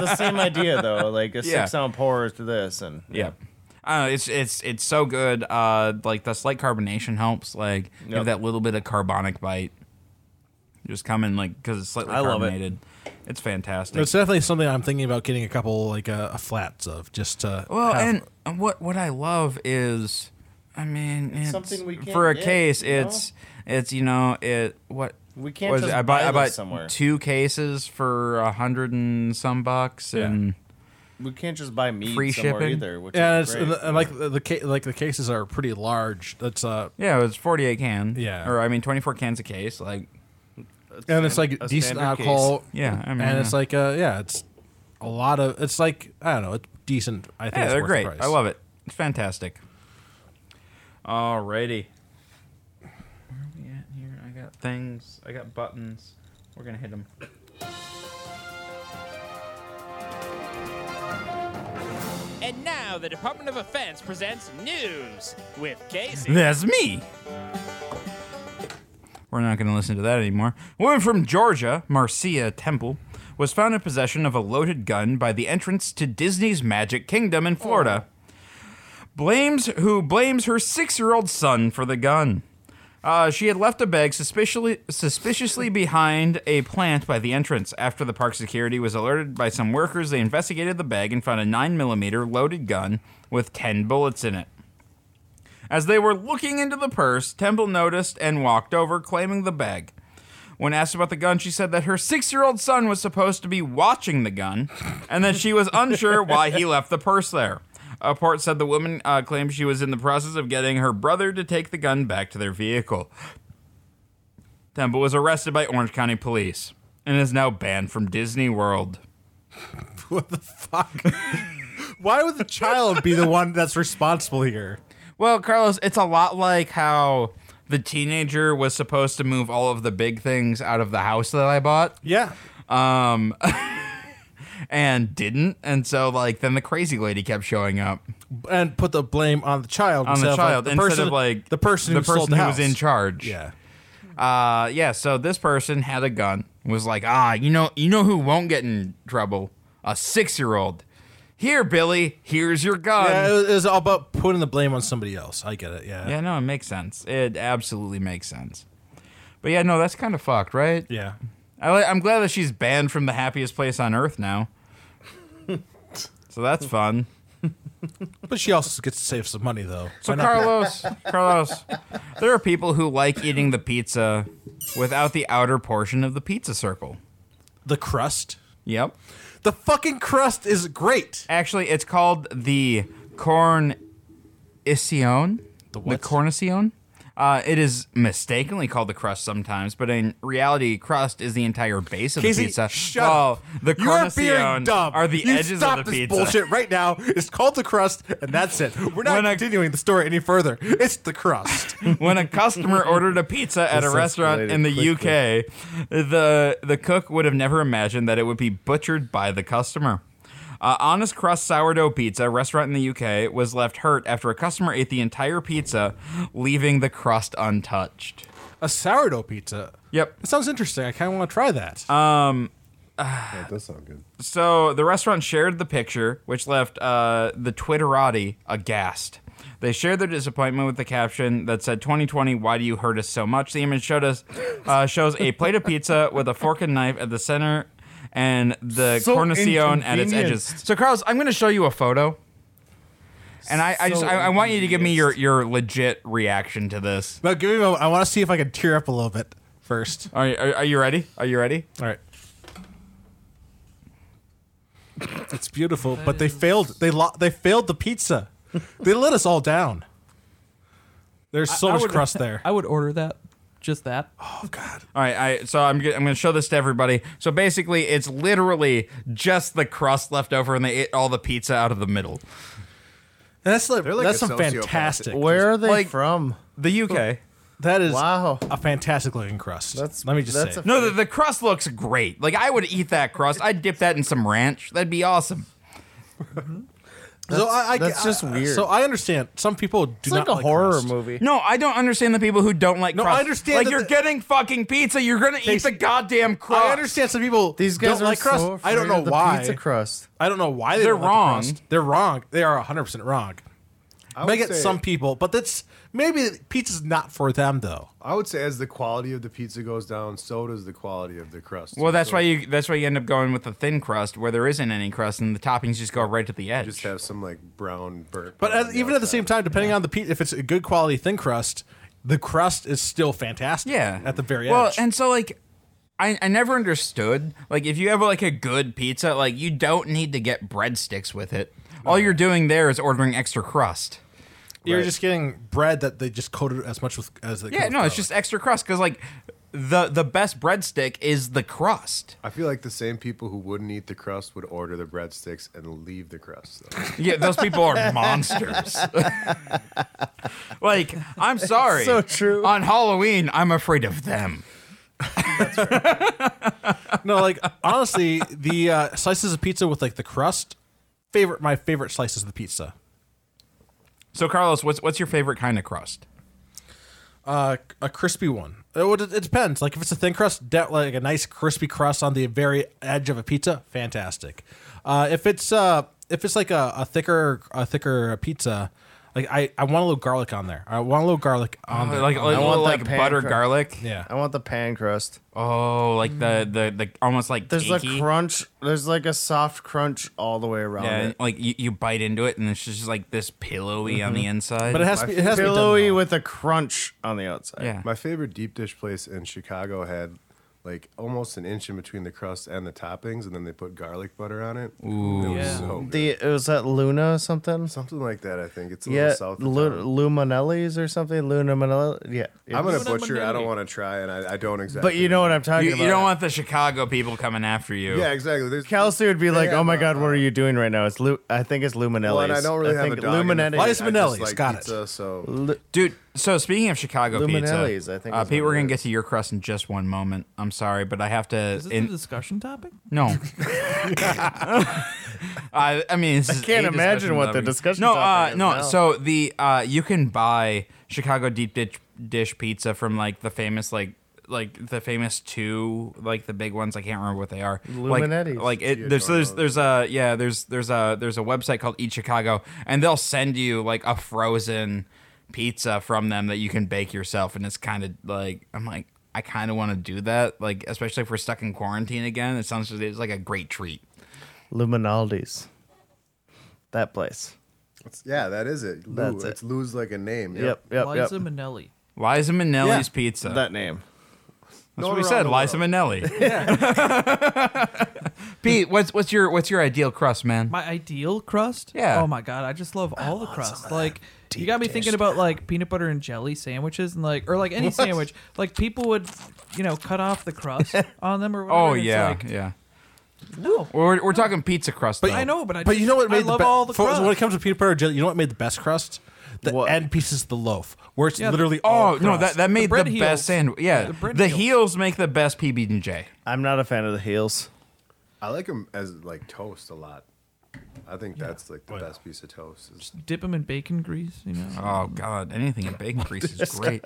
[LAUGHS] But the same idea though, like a Yeah. six ounce pour to this, and yeah. I don't know, Uh, it's it's it's so good. Uh, like the slight carbonation helps. Like you have Yep. that little bit of carbonic bite, just coming like because it's slightly I love it. carbonated. It's fantastic. it's definitely something I'm thinking about getting a couple like uh, flats of just to Well, have- and and what what I love is, I mean, it's, something we can't for a get, case. you know? It's it's you know it what We can't was it? just I bought buy I bought this somewhere. two cases for a hundred and some bucks and we can't just buy meat Free somewhere shipping? either. Which Yeah, is it's, great. and, and like the, the ca- like the cases are pretty large. That's uh, yeah, it was forty eight can Yeah. or I mean twenty four cans a case like and it's like a decent standard alcohol. yeah I mean and it's yeah. like uh, yeah, it's a lot of. It's like I don't know. It's decent. I think yeah it's they're worth the great price. I love it it's fantastic. Alrighty, where are we at here? I got things I got buttons we're gonna hit them. And now the Department of Defense presents news with Casey. That's me. We're not going to listen to that anymore. A woman from Georgia, Marcia Temple, was found in possession of a loaded gun by the entrance to Disney's Magic Kingdom in Florida. blames who blames her six-year-old son for the gun. Uh, she had left a bag suspiciously, suspiciously behind a plant by the entrance. After the park security was alerted by some workers, they investigated the bag and found a 9mm loaded gun with 10 bullets in it. As they were looking into the purse, Temple noticed and walked over, claiming the bag. When asked about the gun, she said that her six year old son was supposed to be watching the gun and that she was unsure why he left the purse there. A report said the woman uh, claimed she was in the process of getting her brother to take the gun back to their vehicle. Temple was arrested by Orange County police and is now banned from Disney World. What the [LAUGHS] fuck? [LAUGHS] Why would the child be the one that's responsible here? Well, Carlos, it's a lot like how the teenager was supposed to move all of the big things out of the house that I bought Yeah. um, and didn't. And so, like, then the crazy lady kept showing up And put the blame on the child on instead the of, like, child the instead person, of like the person the who person sold the who house. was in charge. Yeah. Uh, yeah. So this person had a gun. Was like, ah, you know, you know who won't get in trouble? A six-year-old. Here, Billy. Here's your gun. Yeah, it was, it was all about putting the blame on somebody else. I get it. Yeah. Um, Yeah, no, it makes sense. It absolutely makes sense. But yeah, no, that's kind of fucked, right? Yeah. I, li- I'm glad that she's banned from the happiest place on earth now. so that's fun. But she also gets to save some money though. So Why not? Carlos, Carlos, there are people who like eating the pizza without the outer portion of the pizza circle. the crust. Yep. The fucking crust is great. Actually, it's called the cornicione. The what? cornicione. Uh, it is mistakenly called the crust sometimes, but in reality, crust is the entire base of Casey, the pizza. shut While up. the You're being cornicione dumb. are the you edges stop of the this pizza. bullshit right now. It's called the crust, and that's it. We're not When I- continuing the story any further. It's the crust. when a [LAUGHS] customer ordered a pizza at a This restaurant escalated in the quickly. UK, the the cook would have never imagined that it would be butchered by the customer. Uh, Honest Crust Sourdough Pizza, a restaurant in the UK, was left hurt after a customer ate the entire pizza, leaving the crust untouched. a sourdough pizza. Yep. It sounds interesting. I kind of want to try that. Uh, That does sound good. So the restaurant shared the picture, which left uh, the Twitterati aghast. They shared their disappointment with the caption that said, "2020, why do you hurt us so much?" The image showed us uh, shows a plate of pizza with a fork and knife at the center, and the So cornicione at its edges. inconvenient. So, Carlos, I'm going to show you a photo, and I, I just So I, I want you to give me your your legit reaction to this. but give me a moment. I want to see if I can tear up a little bit first. Are, are, are you ready? Are you ready? All right. It's beautiful, but they failed. They lo- they failed the pizza. They let us all down. There's so I much would- [LAUGHS] crust there. I would order that. Just that. Oh, Oh, All right, I so I'm g- I'm going to show this to everybody. So basically, it's literally just the crust left over, and they ate all the pizza out of the middle. And that's like, like that's a some sociopath. fantastic. Where are they Like- from? The UK. that is Wow. a fantastic looking crust. That's- let me just that's say. a- No, the, the crust looks great. Like I would eat that crust. I'd dip that in some ranch. That'd be awesome. so I, I, that's I- just weird. So I understand some people do It's not like a horror crust. movie. No, I don't understand the people who don't like. No, crust. I understand Like that you're the- getting fucking pizza. You're gonna eat the goddamn crust. I understand some people These guys don't are like crust. so I don't afraid know of the why. Pizza crust. I don't know why they They're don't like the wrong. crust. They're wrong. They are 100% wrong. I would get say- some people, but that's maybe pizza's not for them though. I would say as the quality of the pizza goes down, so does the quality of the crust. Well, that's So why you that's why you end up going with the thin crust where there isn't any crust, and the toppings just go right to the edge. just have some like brown burnt. But on at, even at the outside. same time, depending on the pizza, if it's a good quality thin crust, the crust is still fantastic. Yeah. at the very well, edge. and so like I, I never understood like if you have like a good pizza, like you don't need to get breadsticks with it. All you're doing there is ordering extra crust. you're Right. just getting bread that they just coated as much with as they. could Yeah, with no, it's garlic. just extra crust because like the the best breadstick is the crust. I feel like the same people who wouldn't eat the crust would order the breadsticks and leave the crust. Though. Yeah, those people [LAUGHS] are monsters. like, I'm sorry. So true. On Halloween, I'm afraid of them. no, like honestly, the uh, slices of pizza with like the crust, favorite my favorite slices of the pizza. So, Carlos, what's what's your favorite kind of crust? Uh, a crispy one. It, would- it depends. Like if it's a thin crust, de- like a nice crispy crust on the very edge of a pizza, fantastic. Uh, if it's uh, if it's like a, a thicker a thicker pizza, Like I, I want a little garlic on there. I want a little garlic on there. Uh, like like, I want little, that like pan butter cr- garlic. yeah. I want the pan crust. Oh, like the, the the almost like There's a cakey. crunch. There's like a soft crunch all the way around Yeah, it. like you, you bite into it and it's just like this pillowy on the inside. But it has to be it has to be done Pillowy well. with a crunch on the outside. yeah. My favorite deep dish place in Chicago had like almost an inch in between the crust and the toppings, and then they put garlic butter on it. Ooh, it was Yeah. so good. The it was that Luna or something. something like that. I think it's a yeah, little south. of Lu- town. Luminelli's or something. Luna Manelli. Yeah, I'm it's- gonna Luna butcher. it. I Manelli. don't want to try, and I, I don't exactly. But you know what I'm talking You, about. uh, you don't want the Chicago people coming after you. Yeah, exactly. There's Kelsey would be like, Yeah, "Oh my but, God, what uh, are you doing right now?" It's Lu- I think it's Luminelli's. Well, and I don't really have think a dog. in the Luminelli- fight. Why I is just Minelli's? like Got it. pizza, So Lu- Dude, so speaking of Chicago Luminelli's, pizza, I think uh, is Pete, what we're it gonna get is. to your crust in just one moment. I'm sorry, but I have to. Is this a in- discussion topic? [LAUGHS] no, [LAUGHS] I, I mean, this is can't a imagine discussion what the topic. discussion No, topic uh, is no. now. So the uh, you can buy Chicago deep dish dish pizza from like the famous like like the famous two like the big ones. I can't remember what they are. Like- Luminetti's. Like it, there's there's there's a yeah there's there's a there's a website called Eat Chicago, and they'll send you like a frozen pizza from them that you can bake yourself, and it's kind of like I'm like. I kind of want to do that, like especially if we're stuck in quarantine again. It sounds it's like a great treat. Luminaldi's. That place. it's- yeah, that is it. Lou, That's it. It's Lou's like a name. Yep, yep, yep. Liza Minnelli. Liza Minnelli's pizza. That name. That's what we said, Liza Minnelli. [LAUGHS] Pete, what's what's your what's your ideal crust, man? My ideal crust? Yeah. Oh my god, I just love all the crust. Like you got me thinking about like peanut butter and jelly sandwiches and like or like any sandwich. Like people would, you know, cut off [LAUGHS] the crust on them or whatever. oh and it's yeah, like, yeah. no. We're, we're talking pizza crust, I know, but I But just, you know what made I love the be- all the for- crust. when it comes to peanut butter jelly, you know what made the best crust? The What? end pieces of the loaf, where it's Yeah, literally all Oh no, that, crust. that made the, bread heels. best sandwich. Yeah, The the, bread heels. heels. make the best PB and J. I'm not a fan of the heels. I like them as like toast a lot. I think that's like the best piece of toast. is- dip them in bacon grease, you know. Oh god, anything in bacon [LAUGHS] grease is great.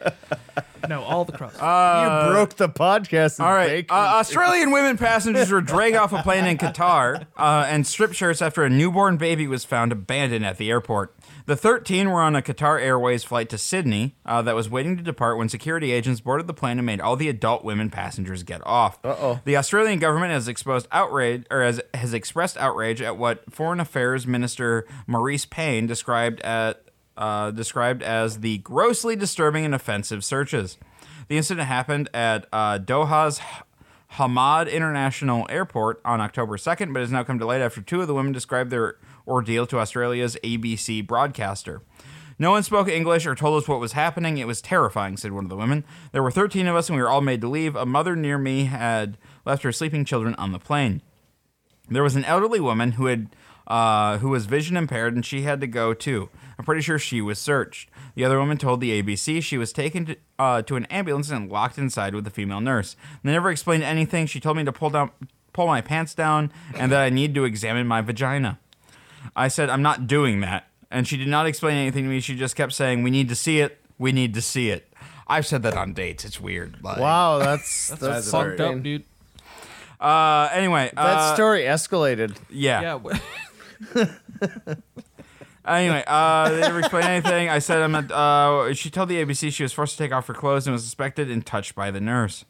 no, all the crust. you broke the podcast. and All right. bacon. Uh, Australian women passengers were dragged off a plane in Qatar uh, and stripped shirts after a newborn baby was found abandoned at the airport. The 13 were on a Qatar Airways flight to Sydney uh, that was waiting to depart when security agents boarded the plane and made all the adult women passengers get off. Uh-oh. The Australian government has exposed outrage or has, has expressed outrage at what Foreign Affairs Minister Maurice Payne described at uh, described as the grossly disturbing and offensive searches. The incident happened at uh, Doha's H- Hamad International Airport on October 2nd, but has now come to light after two of the women described their ordeal to Australia's ABC broadcaster. No one spoke English or told us what was happening. It was terrifying, said one of the women. There were 13 of us and we were all made to leave. A mother near me had left her sleeping children on the plane. There was an elderly woman who had uh, who was vision impaired, and she had to go too. I'm pretty sure she was searched. The other woman told the ABC she was taken to, uh, to an ambulance and locked inside with a female nurse. They never explained anything. She told me to pull down, pull my pants down, and that I need to examine my vagina. I said I'm not doing that, and she did not explain anything to me. She just kept saying, "We need to see it. We need to see it." I've said that on dates. It's weird. Like, Wow, that's that's, That's fucked fucked up, dude. Uh, anyway, That uh, story escalated. [LAUGHS] [LAUGHS] Yeah. w- Anyway, uh, they never explained anything. I said I'm not. Uh, she told the ABC she was forced to take off her clothes and was suspected and touched by the nurse.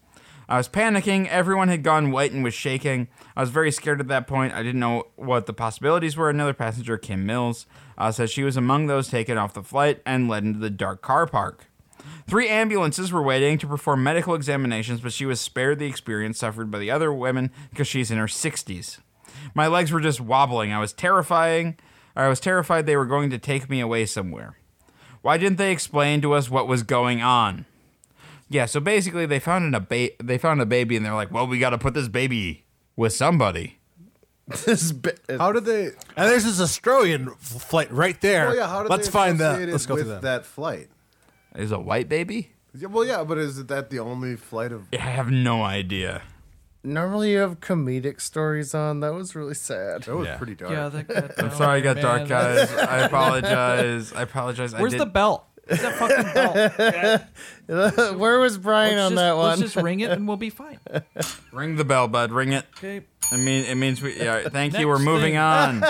I was panicking. Everyone had gone white and was shaking. I was very scared at that point. I didn't know what the possibilities were. Another passenger, Kim Mills, uh, said she was among those taken off the flight and led into the dark car park. Three ambulances were waiting to perform medical examinations, but she was spared the experience suffered by the other women because she's in her 60s. My legs were just wobbling. I was terrifying. I was terrified they were going to take me away somewhere. Why didn't they explain to us what was going on? Yeah, so basically they found an a ba- they found a baby and they're like, "Well, we got to put this baby with somebody." This bi- How did they? And there's this Australian f- flight right there. Oh yeah, how did Let's they find that. associate it Let's go with through that. that flight. Is it a white baby? Yeah, well, yeah, but is that the only flight of? I have no idea. normally you have comedic stories on. That was really sad. That was Yeah. pretty dark. yeah. That, that, I'm sorry I got man, dark that's- eyes. I apologize. I apologize. Where's I the did- belt? Where's that [LAUGHS] fucking [LAUGHS] belt? Where was Brian Let's on just- that Let's [LAUGHS] one? just ring it and we'll be fine. Ring the bell, bud. Ring it. Okay. It mean it means we. Yeah, thank you. We're Next moving thing. [LAUGHS] on.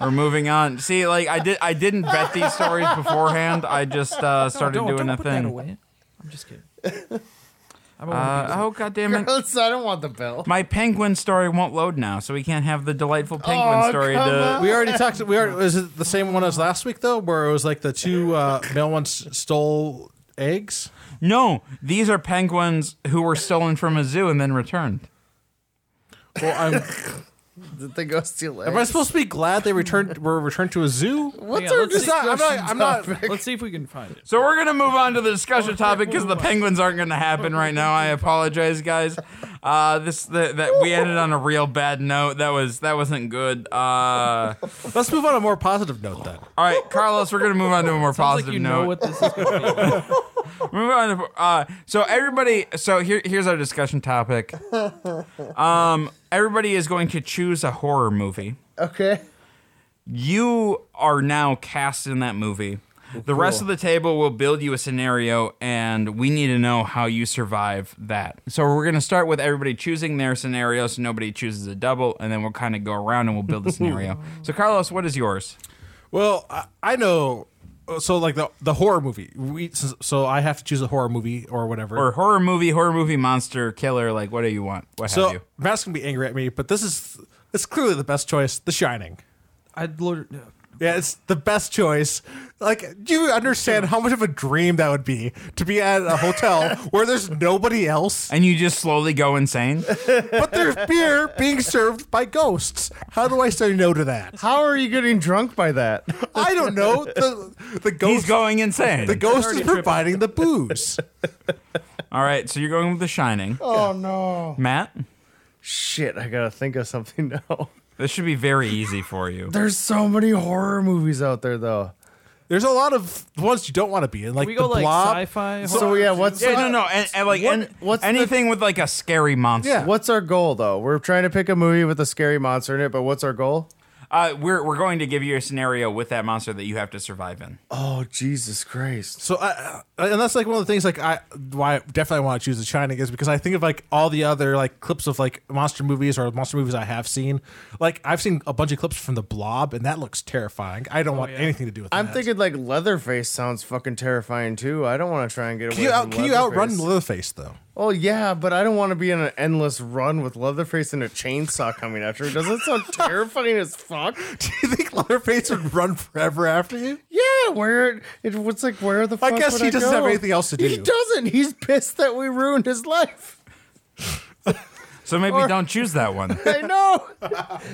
We're moving on. See, like I did. I didn't bet these stories beforehand. I just uh, started don't, doing don't a put thing. That away. I'm just kidding. I'm a Uh, oh god damn it! Girls, [LAUGHS] I don't want the bill. My penguin story won't load now, so we can't have the delightful penguin Oh, story. come To, on. We already talked. We already was it the same one as last week though, where it was like the two uh, male ones stole eggs. no, these are penguins who were stolen from a zoo and then returned. Well, I'm, Did they go steal am I supposed to be glad they returned were returned to a zoo? What's Hang on, our let's see- It's not, I'm not. I'm not. Let's see if we can find it. So we're gonna move on to the discussion topic because the penguins aren't gonna happen right now. I apologize, guys. Uh, this the, that we ended on a real bad note. That was that wasn't good. Uh, all Let's move on to a more positive note then. right, Carlos, we're gonna move on to a more [LAUGHS] Sounds positive like you note. know what this is. Gonna be. Move on. To, uh, so everybody, so here, here's our discussion topic. Um, everybody is going to choose a horror movie. Okay. You are now cast in that movie. The rest of the table will build you a scenario, and we need to know how you survive that. So we're going to start with everybody choosing their scenario, so nobody chooses a double, and then we'll kind of go around and we'll build the scenario. so Carlos, what is yours? Well, I, I know. uh, So like the the horror movie. We so, so I have to choose a horror movie or whatever. Or horror movie, horror movie, monster, killer, like what do you want? What have so you? Matt's gonna be angry at me, but this is it's clearly the best choice. The Shining. I'd lord. No. Yeah, it's the best choice. Like, do you understand how much of a dream that would be to be at [LAUGHS] a hotel where there's nobody else And you just slowly go [LAUGHS] insane. but there's beer being served by ghosts? How do I say no to that? How are you getting drunk by that? [LAUGHS] I don't know. The the He's ghost going insane. the ghost is providing the booze. All right, so you're going with The Shining. Oh no. Matt, Shit, I gotta think of something now. [LAUGHS] this should be very easy for you. There's so many horror movies out there though. There's a lot of ones you don't want to be in, like We the go like blob. sci-fi. So yeah, what's Yeah, no, no, and, and like What- and, what's the- anything with like a scary monster. Yeah. what's our goal though? We're trying to pick a movie with a scary monster in it, but what's our goal? Uh, we're we're going to give you a scenario with that monster that you have to survive in. Oh Jesus Christ. So, I, and that's like one of the things like I why I definitely want to choose The Shining is because I think of like all the other like clips of like monster movies or monster movies I have seen. Like I've seen a bunch of clips from The Blob, and that looks terrifying. I Oh, don't want anything to do with. I'm that. thinking like Leatherface sounds fucking terrifying too. I don't want to try and get away Can you, from out, can you Leatherface. outrun Leatherface though? Oh yeah, but I don't want to be in an endless run with Leatherface and a chainsaw coming after me. Does that [LAUGHS] sound terrifying as fuck? Do you think Leatherface would run forever after you? [LAUGHS] Yeah, where it, it's like where the I fuck guess would he doesn't go? have anything else to He do. doesn't. He's pissed that we ruined his [LAUGHS] life. So maybe don't choose that one. I know.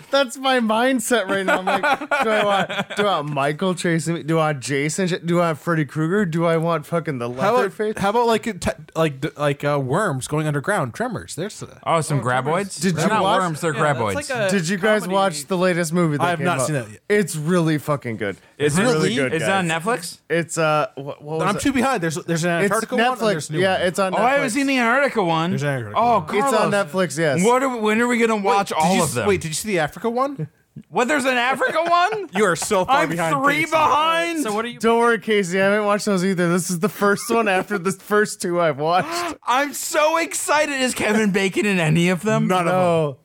[LAUGHS] That's my mindset right now. I'm like, do I want do I want Michael chasing me? Do I want Jason? ch- Do I want Freddy Krueger? Do I want fucking the How about, Leatherface? how about like a te- like d- like uh, worms going underground? Tremors. There's. Uh, Oh, some graboids. Did They're you not watch- worms? They're Yeah, graboids. that's like a Did you guys comedy- watch the latest movie? That I have came not out? seen that yet. It's really fucking good. Is it really good. Is it guys. on Netflix? It's uh, what, what was I'm it? too behind. There's there's an It's Antarctica one. Netflix. and there's new yeah, one. it's on. Netflix. Oh, I haven't seen the Antarctica one. There's an Antarctica oh, one. It's Carlos. on Netflix. Yes. What are, when are we gonna watch Did you all s- of them? Wait, did you see the Africa one? what? There's an Africa one. [LAUGHS] You are so far I'm behind. three Casey. behind. So what are you? Don't worry, Casey. I haven't watched those either. This is the first one after the first two [GASPS] I've watched. I'm so excited. Is Kevin Bacon in any of them? None of No,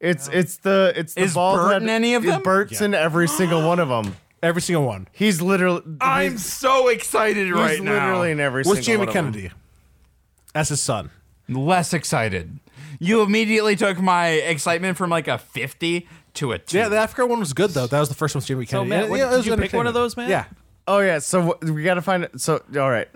it's it's the it's the Is bald Bert head- in any of it- them? Bert's in every single one of them. them. Every single one. He's literally. I'm he's, so excited he's right literally in every Where's single Jamie one of 'em. Kennedy? That's his son. now. Less excited. You immediately took my excitement from like a 50 to a 2. Yeah, the Africa one was good though. That was the first one with Jamie So Kennedy. Matt, Yeah, what, yeah, it did was you pick entertaining. one of those, man? Yeah. Oh yeah. So wh- we gotta find it. So all right.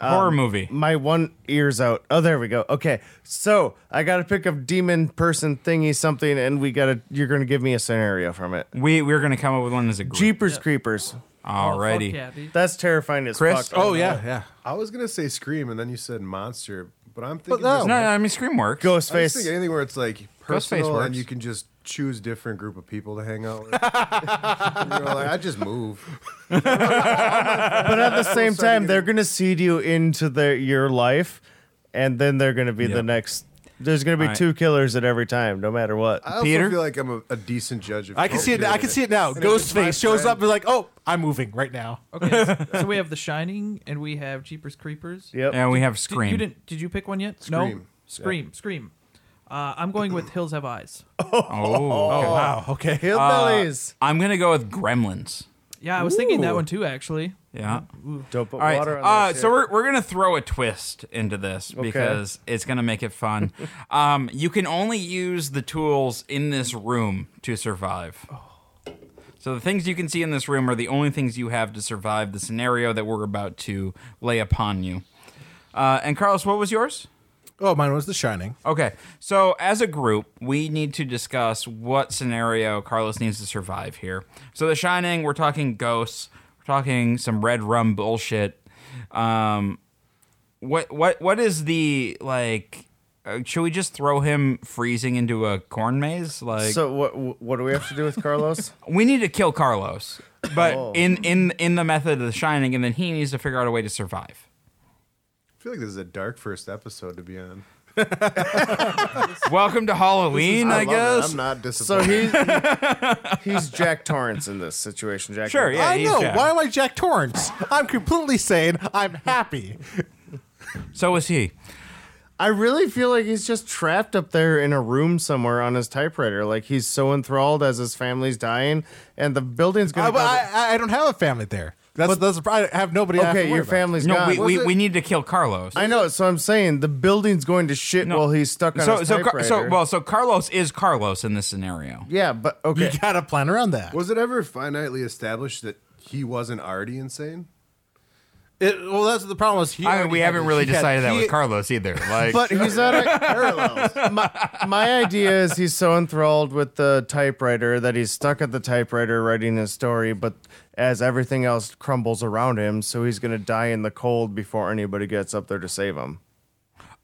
Um, Horror movie. My one ear's out. Oh, there we go. Okay, so I gotta pick up demon person thingy something, and we gotta. You're gonna give me a scenario from it. We we're gonna come up with one as a group. Jeepers creepers. Oh, Fuck Alrighty. yeah, dude. That's terrifying as Chris? fuck. Oh yeah, yeah. I was gonna say scream, and then you said monster, but I'm thinking no. just- No, no, I mean Scream works. I just think Ghostface. anything where it's like Ghostface personal works. and you can just choose different group of people to hang out with. You're like, I just move. But [LAUGHS] at the same Sorry, time, you- they're gonna seed you into their your life, and then they're gonna be the next. There's gonna be Alright. two killers at every time, no matter what. I also Peter? feel like I'm a, a decent judge of. I can see it. I can see it now. And if it's my Ghostface shows friend- up and like, oh, I'm moving right now. Okay, so, [LAUGHS] so we have The Shining and we have Jeepers Creepers. yep. And we have Did, you Scream. didn't? Did you pick one yet? No. Scream. Scream. Scream. Uh, I'm going with Hills Have [LAUGHS] Eyes. Oh, Wow. Okay. Hillbillies. I'm gonna go with Gremlins. Yeah, I was thinking that one too, actually. Yeah. Don't All put right. water on uh, that so we're, we're gonna throw a twist into this because it's gonna make it [LAUGHS] fun. um, you can only use the tools in this room to survive. So the things you can see in this room are the only things you have to survive the scenario that we're about to lay upon you. Uh, and Carlos, what was yours? Oh, mine was The Shining. Okay, so as a group, we need to discuss what scenario Carlos needs to survive here. So, The Shining, we're talking ghosts, we're talking some red rum bullshit. Um, what what what is the like? Uh, should we just throw him freezing into a corn maze? Like, So what what do we have to do with Carlos? we need to kill Carlos, but in in in the method of The Shining, and then he needs to figure out a way to survive. I feel like this is a dark first episode to be on. Welcome to Halloween, [LAUGHS] I, love it. guess. I'm not so disappointed. he's he's Jack Torrance in this situation. Jack. Sure, yeah. I he's know. Jack. Why am I Jack Torrance? I'm completely sane. I'm happy. So is he. I really feel like he's just trapped up there in a room somewhere on his typewriter. Like he's so enthralled as his family's dying, and the building's I, gonna. go- I- I don't have a family there. That's that's. the problem. I have nobody. I have to okay, worry your about. family's No, gone. we, we, Was it- we need to kill Carlos. I know. So I'm saying the building's going to shit No. while he's stuck on so his so Car- typewriter. so well so Carlos is Carlos in this scenario. yeah, but You okay. gotta plan around that. [LAUGHS] Was it ever finitely established that he wasn't already insane? It, well, that's the problem. Is he I mean, already we had haven't it. really He had- decided that he- with Carlos [LAUGHS] either. Like, But he's not a parallels. [LAUGHS] My, my idea is he's so enthralled with the typewriter that he's stuck at the typewriter writing his story, but as everything else crumbles around him, so he's gonna die in the cold before anybody gets up there to save him.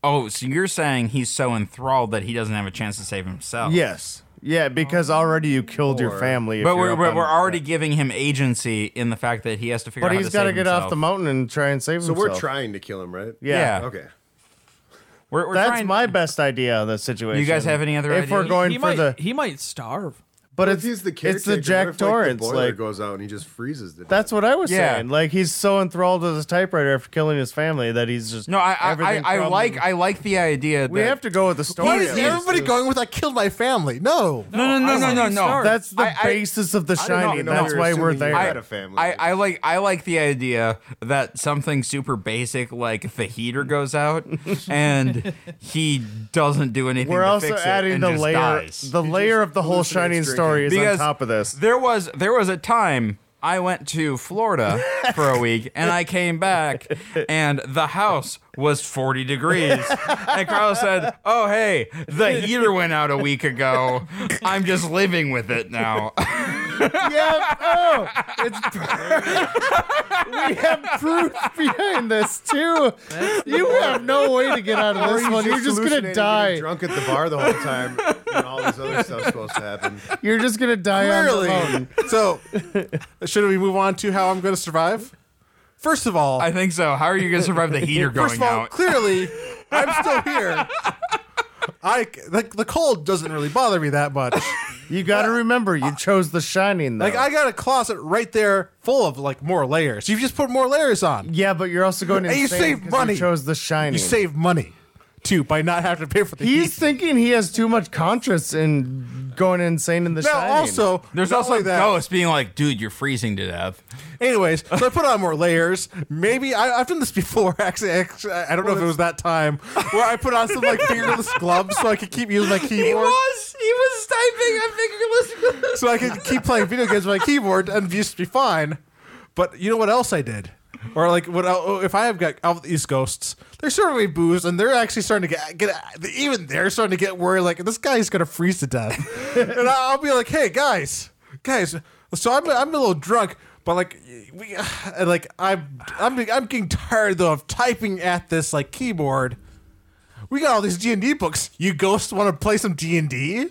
oh, so you're saying he's so enthralled that he doesn't have a chance to save himself? Yes. Yeah, because already you killed your family. if But you're we're up we're, on- we're already giving him agency in the fact that he has to figure But out. he's got to get off the mountain and try and save So himself. we're trying to kill him, right? Yeah. Yeah. Okay. We're, we're That's trying- my best idea of the situation. You guys have any other If we're ideas? going he for might, the, he might starve. but But it's if he's the caretaker, it's the what Jack if, like, Torrance. the Like, boiler goes out and he just freezes. To death? that's what I was Yeah. saying. Like he's so enthralled with his typewriter after killing his family that he's just No, I I, I, everything I from- like I like the idea. We that, have to go with the Why story. is everybody going with I killed my family? No. No, no, no, I no, want no, him no. starved. That's the I- I- basis of the I didn't shining. know That's we were why we're assuming you there. had a family. I, I like I like the idea that something super basic like the heater goes out and he doesn't do anything. we're to also fix it adding and the just layer. dies. The layer just of the whole hallucinates shining drinking. story is because on top [LAUGHS] of this. There was there was a time I went to Florida for a week and I came back and the house was 40 degrees. And Carlos said, "Oh hey, the heater went out a week ago. I'm just living with it now." [LAUGHS] yeah, oh, [LAUGHS] it's we have proof behind this too. You have no way to get out of this one. You're just gonna hallucinating, die. getting drunk at the bar the whole time, and all this other stuff's supposed to [LAUGHS] happen. Um, You're just gonna die on the mountain. Clearly. so, should we move on to how I'm going to survive? First of all, I think so. How are you going to survive the heater going first of all, out? [LAUGHS] clearly, I'm still here. I the, the cold doesn't really bother me [LAUGHS] that much. You gotta remember, you chose the shining. Though. Like I got a closet right there full of like more layers. You've just put more layers on. yeah, but you're also going And insane. you save 'cause money. You chose the shining. You save money too by not having to pay for the heat. He's thinking he has too much conscience and going insane in the Now, shining. also, There's not also only that. ghosts being like, "Dude, you're freezing to death." [LAUGHS] Anyways, so I put on more layers. Maybe I, I've done this before. [LAUGHS] Actually, actually I don't know if it was that time where I put on [LAUGHS] some like fingerless gloves so I could keep using my keyboard, He was typing a fingerless. so I could keep playing video games with my keyboard and just be fine. But you know what else I did? Or like, what el- oh, if I have got out the East Ghosts? They're serving me booze, and they're actually starting to get, get even they're starting to get worried. Like this guy's gonna freeze to death, and I- I'll be like, "Hey guys, guys." So I'm I'm a little drunk, but like we [SIGHS] and, like I'm I'm I'm getting tired though of typing at this like keyboard. We got all these D and D books. You ghosts want to play some D and D?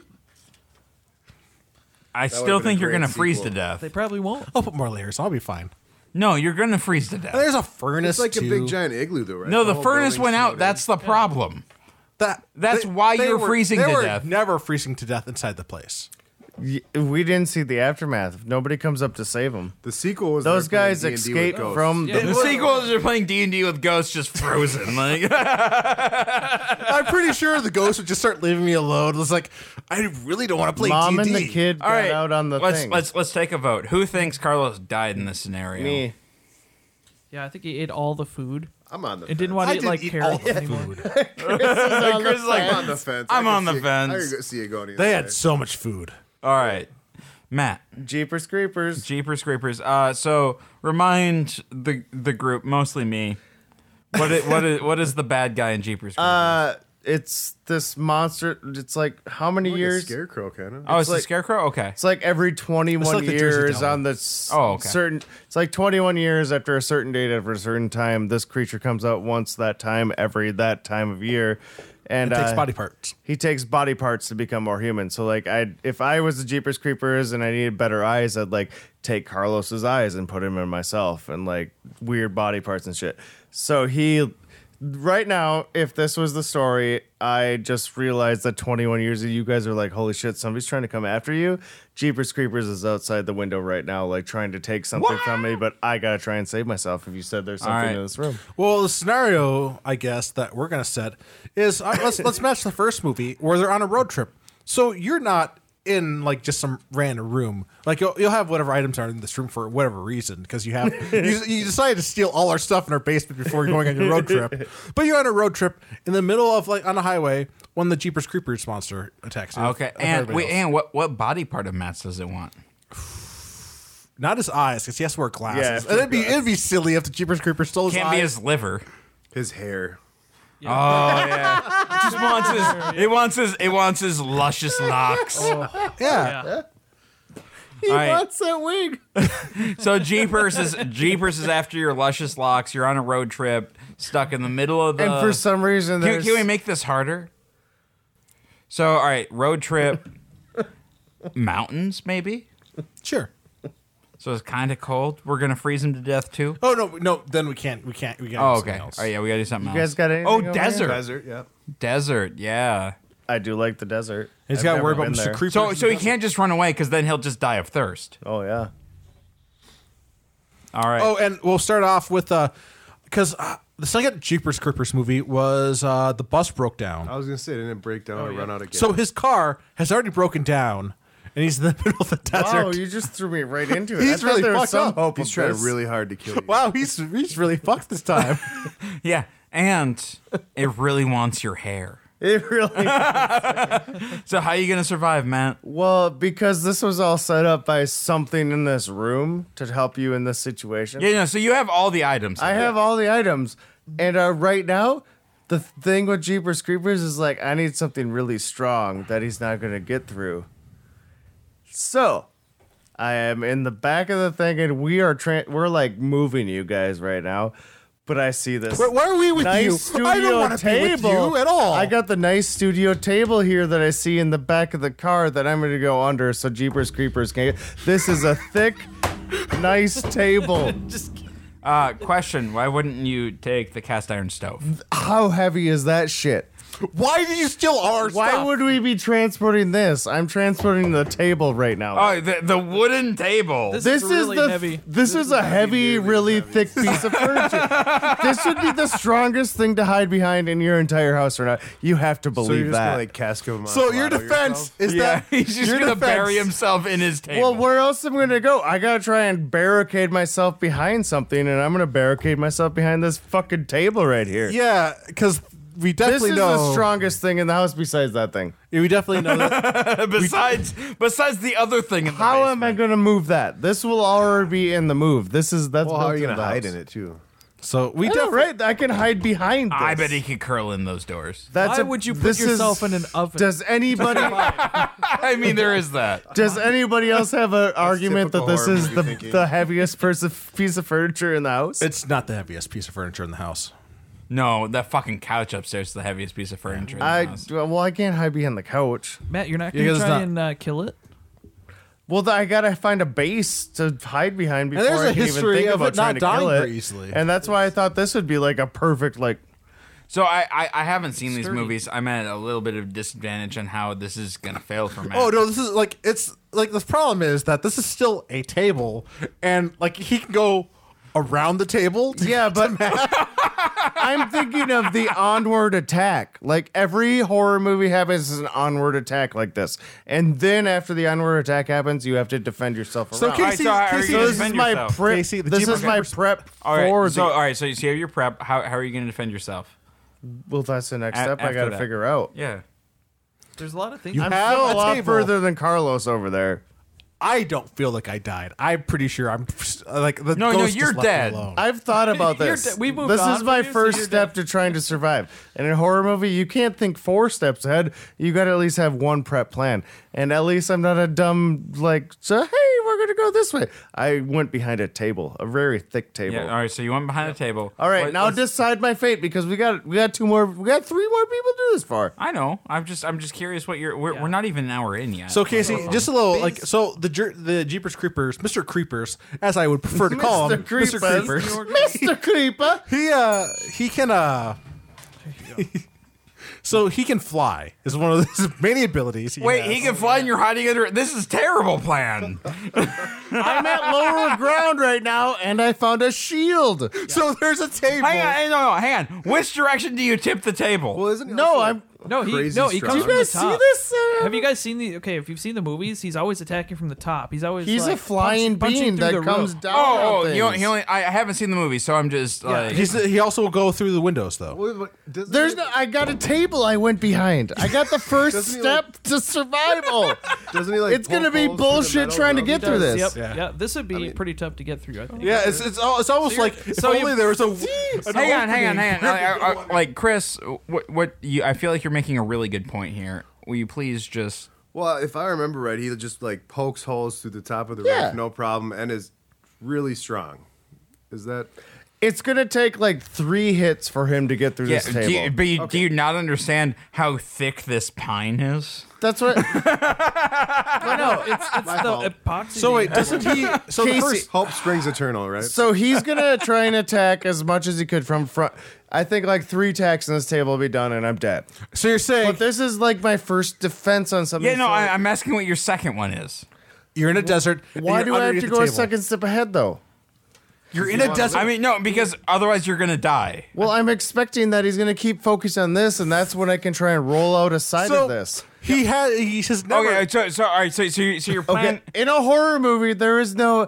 I would've still been a think you're great going to freeze to sequel. death. They probably won't. I'll put more layers. I'll be fine. No, you're going to freeze to And death. there's a furnace. It's like a too. big giant igloo, though, right? No, the whole furnace building's went out. floating. That's the problem. That That's why you're were- freezing they to were death. Never freezing to death inside the place. y- we didn't see the aftermath. Nobody comes up to save them. The sequel was Those they're playing guys D&D with escape ghosts. from The the. sequel is they're playing D and D with ghosts, just frozen. Like [LAUGHS] I'm pretty sure the ghost would just start leaving me alone. It was like, I really don't want to play Mom D&D. and the kid got all right, out on the let's thing. let's let's take a vote. Who thinks Carlos died in this scenario? [LAUGHS] Me. Yeah, I think he ate all the food. I'm on the It fence. didn't want I to eat didn't like eat all carrots the anymore. Chris is like, I'm on the fence. I'm I can on the see it- fence. I could see it going. either They way. had so much food. all right, Matt. Jeepers creepers. Jeepers creepers. Uh, so remind the the group, mostly me. What is, what is what is the bad guy in Jeepers? Creepers? Uh, it's this monster. It's like how many Like a years? scarecrow kind of. oh, it's the like- scarecrow. Okay, It's like every 21 like the Jersey years Devil. on the s- Oh, okay. certain. It's like 21 years after a certain date, after a certain time. This creature comes out once that time, every that time of year, and takes uh, body parts. He takes body parts to become more human. So like, I if I was the Jeepers Creepers and I needed better eyes, I'd like take Carlos's eyes and put him in myself, and like weird body parts and shit. So he. Right now, if this was the story, I just realized that 21 years of you guys are like, holy shit, somebody's trying to come after you. Jeepers Creepers is outside the window right now, like trying to take something from me, but I gotta try and save myself. If you said there's something right. in this room, Well, The scenario, I guess, that we're gonna set is uh, let's let's match the first movie where they're on a road trip. So you're not in like just some random room. Like you'll, you'll have whatever items are in this room for whatever reason because you have you, you decided to steal all our stuff in our basement before going on your road trip. But you're on a road trip in the middle of like on a highway when the Jeepers Creepers monster attacks you. okay. Like And everybody wait, else. and what what body part of Matt's does it want? not his eyes because he has to wear glasses. Yeah, and it'd be it'd be silly if the Jeepers Creepers stole his Can't eyes. be his [LAUGHS] liver. His hair. Oh yeah, just wants his. It wants his. It wants his [LAUGHS] luscious locks. yeah. Yeah. All right. that wig. So Jeepers is Jeepers is after your luscious locks. You're on a road trip, stuck in the middle of the. And for some reason, Uh, can, there's can we make this harder? So all right, road [LAUGHS] trip, mountains maybe. sure. So it's kind of cold. We're gonna freeze him to death too. Oh no, no. Then we can't. We can't. We Oh, got. okay. All right, yeah, we gotta do something You else. guys got anything oh, over there? desert, Desert. Yeah. desert, yeah. I do like the desert. He's I've got to never worry about been Mr. there. Creeper. So, so he can't just run away because then he'll just die of thirst. Oh yeah. All right. Oh, and we'll start off with because uh, the second Jeepers Creepers movie was uh, the bus broke down. Oh, I was gonna say didn't it break down or run out of gas. So his car has already broken down, and he's in the [LAUGHS] middle of the Wow, desert. you just threw me right [LAUGHS] into it. He's I thought really there fucked was some up. hope he's of trying this. [LAUGHS] really hard to kill you. Wow, he's he's really fucked this [LAUGHS] time. Yeah, and it really wants your hair. It really So how you gonna survive, man? well because this was all set up by something in this room to help you in this situation. Yeah, no, so you have all the items. I have all the items, and uh, right now, the thing with Jeepers Creepers is like I need something really strong that he's not gonna get through. So, I am in the back of the thing, and we are tra- we're like moving you guys right now. But I see this. Why are we with nice you? studio I don't want to be table with you at all. I got the nice studio table here that I see in the back of the car that I'm going to go under. So Jeepers Creepers can get. This is a thick, nice table. Uh, question: Why wouldn't you take the cast iron stove? How heavy is that shit? Why did you steal all our Why stuff? would we be transporting this? I'm transporting the table right now. Oh, the, the wooden table. This, this is really is the heavy. this, is, a heavy, really thick piece of furniture. this would be the strongest thing to hide behind in your entire house right now. You have to So you're believe just that. gonna like casco him. so your defense is [LAUGHS] yeah, that [LAUGHS] he's just your gonna defense- bury himself in his table. Well, where else am I going to go? I got to try and barricade myself behind something, and I'm going to barricade myself behind this fucking table right here. Yeah, because we this definitely is know. the strongest thing in the house besides that thing. Yeah, we definitely know [LAUGHS] [LAUGHS] that. besides, besides the other thing. In the How am I basement. going to move that? This will already be in the move. This is that's Well, how built are you into gonna the hide house. in it too? So we I know, definitely right? I can hide behind. This. I bet he could curl in those doors. [LAUGHS] That's Why a- would you put this is- yourself in an oven? [LAUGHS] Does anybody I mean, there is that. does anybody else have an argument that typical this horror is movie the, thinking. the heaviest person, piece of furniture in the house? it's not the heaviest piece of furniture in the house. No, that fucking couch upstairs is the heaviest piece of furniture. in the I house. well, I can't hide behind the couch. Matt, you're not Yeah, gonna 'cause it's try not- and uh, kill it. Well, th- I gotta find a base to hide behind before there's I a can history even think of about it not trying to kill dying it. very easily. And that's why I thought this would be like a perfect like. So I, I, I haven't seen these Sturdy. Oh, movies. I'm at a little bit of disadvantage on how this is gonna fail for me. Oh no, this is like it's like the problem is that this is still a table, and like he can go around the table. to- [LAUGHS] Yeah, but [LAUGHS] I'm thinking of the onward attack. Like every horror movie happens is an onward attack like this, and then after the onward attack happens, you have to defend yourself. So around. Casey, so I- Casey, are you So this this is defend my yourself. prep. Casey, the this team is my prep All right. for so the. all right. So you see your prep. How, how are you going to defend yourself? Well, that's the next A- step I after got to that. figure out. Yeah. There's a lot of things. You I'm have still a a lot table. further than Carlos over there. I don't feel like I died. I'm pretty sure I'm like the No, no, ghost you're just left me dead. alone. I've [LAUGHS] thought about You're this. de- we moved this on is from my you, so first you're step to trying to survive. And in a horror movie, you can't think four steps ahead. You got to at least have one prep plan. And at least I'm not a dumb like. So hey, we're gonna go this way. I went behind a table, a very thick table. Yeah. All all right. right. So you went behind the table. Let- now let's- decide my fate because we got we got two more, we got three more people to do this for. I know. I'm just. I'm just curious what you're. We're, Yeah. we're not even an hour in yet. So Casey, just a little like so the jer- the Jeepers Creepers, Mr. Creepers, as I would prefer [LAUGHS] to call him, Mr. Creepers. [LAUGHS] Mr. Creeper. He uh he can uh [LAUGHS] So he can fly is one of his [LAUGHS] many abilities. he wait, has. he can fly, and you're hiding under. This is terrible plan. I'm at lower ground right now, and I found a shield. So there's a table. hang on. hang- No, no. Hang on. Which direction do you tip the table? Well, isn't it No, also- I'm. [LAUGHS] no, he Crazy no he strong. comes from You the guys see top. this? Uh, Have you guys seen the? Okay, if you've seen the movies, he's always attacking from the top. He's always He's like, a flying punching- punching beam through that the comes roof. down. Oh, on oh, you don't- things. he only. I haven't seen the movie, so I'm just like. He's he also will go through the windows though. Wait, wait, doesn't There's he- no. I got a table. I went behind. I got [LAUGHS] the first Doesn't he, step to survival. [LAUGHS] Doesn't he like? it's gonna poke be holes through the bullshit metal trying to roof? get through Does, this. Yep. Yeah. This would be pretty tough to get through. I think. Yeah, it's it's, al- it's almost like if so you- only [LAUGHS] there was a hang on, hang on, hang on. I- [LAUGHS] I- I- like Chris, what, what you? I feel like you're making a really good point here. Will you please just? Well, if I remember right, he just like pokes holes through the top of the Yeah. roof, no problem, and is really strong. Is that? It's gonna take like three hits for him to get through this do you, table. but you, do you not understand how thick this pine is? That's what. No, it's, it's the fault. epoxy. So wait, beam. doesn't he so the Casey- first Hope springs eternal, right? So he's gonna try and attack as much as he could from front. I think like three attacks on this table will be done, and I'm dead. so you're saying But this is like my first defense on something. Yeah, no, so- I, I'm asking what your second one is. you're in a desert. and Why you're do I have underneath to the go a table. second step ahead though? You're in a desert. I mean, no, because otherwise you're gonna die. Well, I'm expecting that he's going to keep focused on this, and that's when I can try and roll out a side so of this. he had he has never Okay, so, so all right, so so, you, so your plan? Okay. In a horror movie, there is no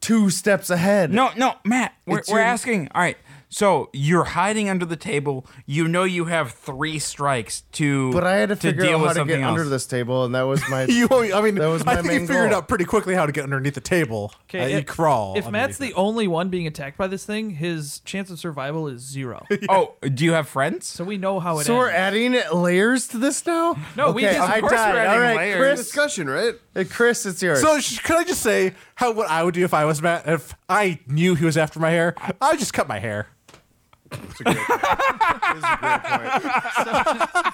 two steps ahead. No, no, Matt, we're, It's we're your- asking. All right, so you're hiding under the table. You know you have three strikes to. But I had to figure deal out with how to something get else. under this table, and that was my. [LAUGHS] You, I mean, That was my I think main he figured goal. out pretty quickly how to get underneath the table. Uh, you if- crawl. If Matt's the underneath only one being attacked by this thing, his chance of survival is zero. Oh, do you have friends? so we know how it so we're ends. adding layers to this now? No, we just- of I course we're died. adding All right, layers. Chris. discussion, right? uh, Chris, it's yours. it. so sh- could I just say how what I would do if I was Matt? If I knew he was after my hair, I would just cut my hair. That's a great point. [LAUGHS] That's a great point.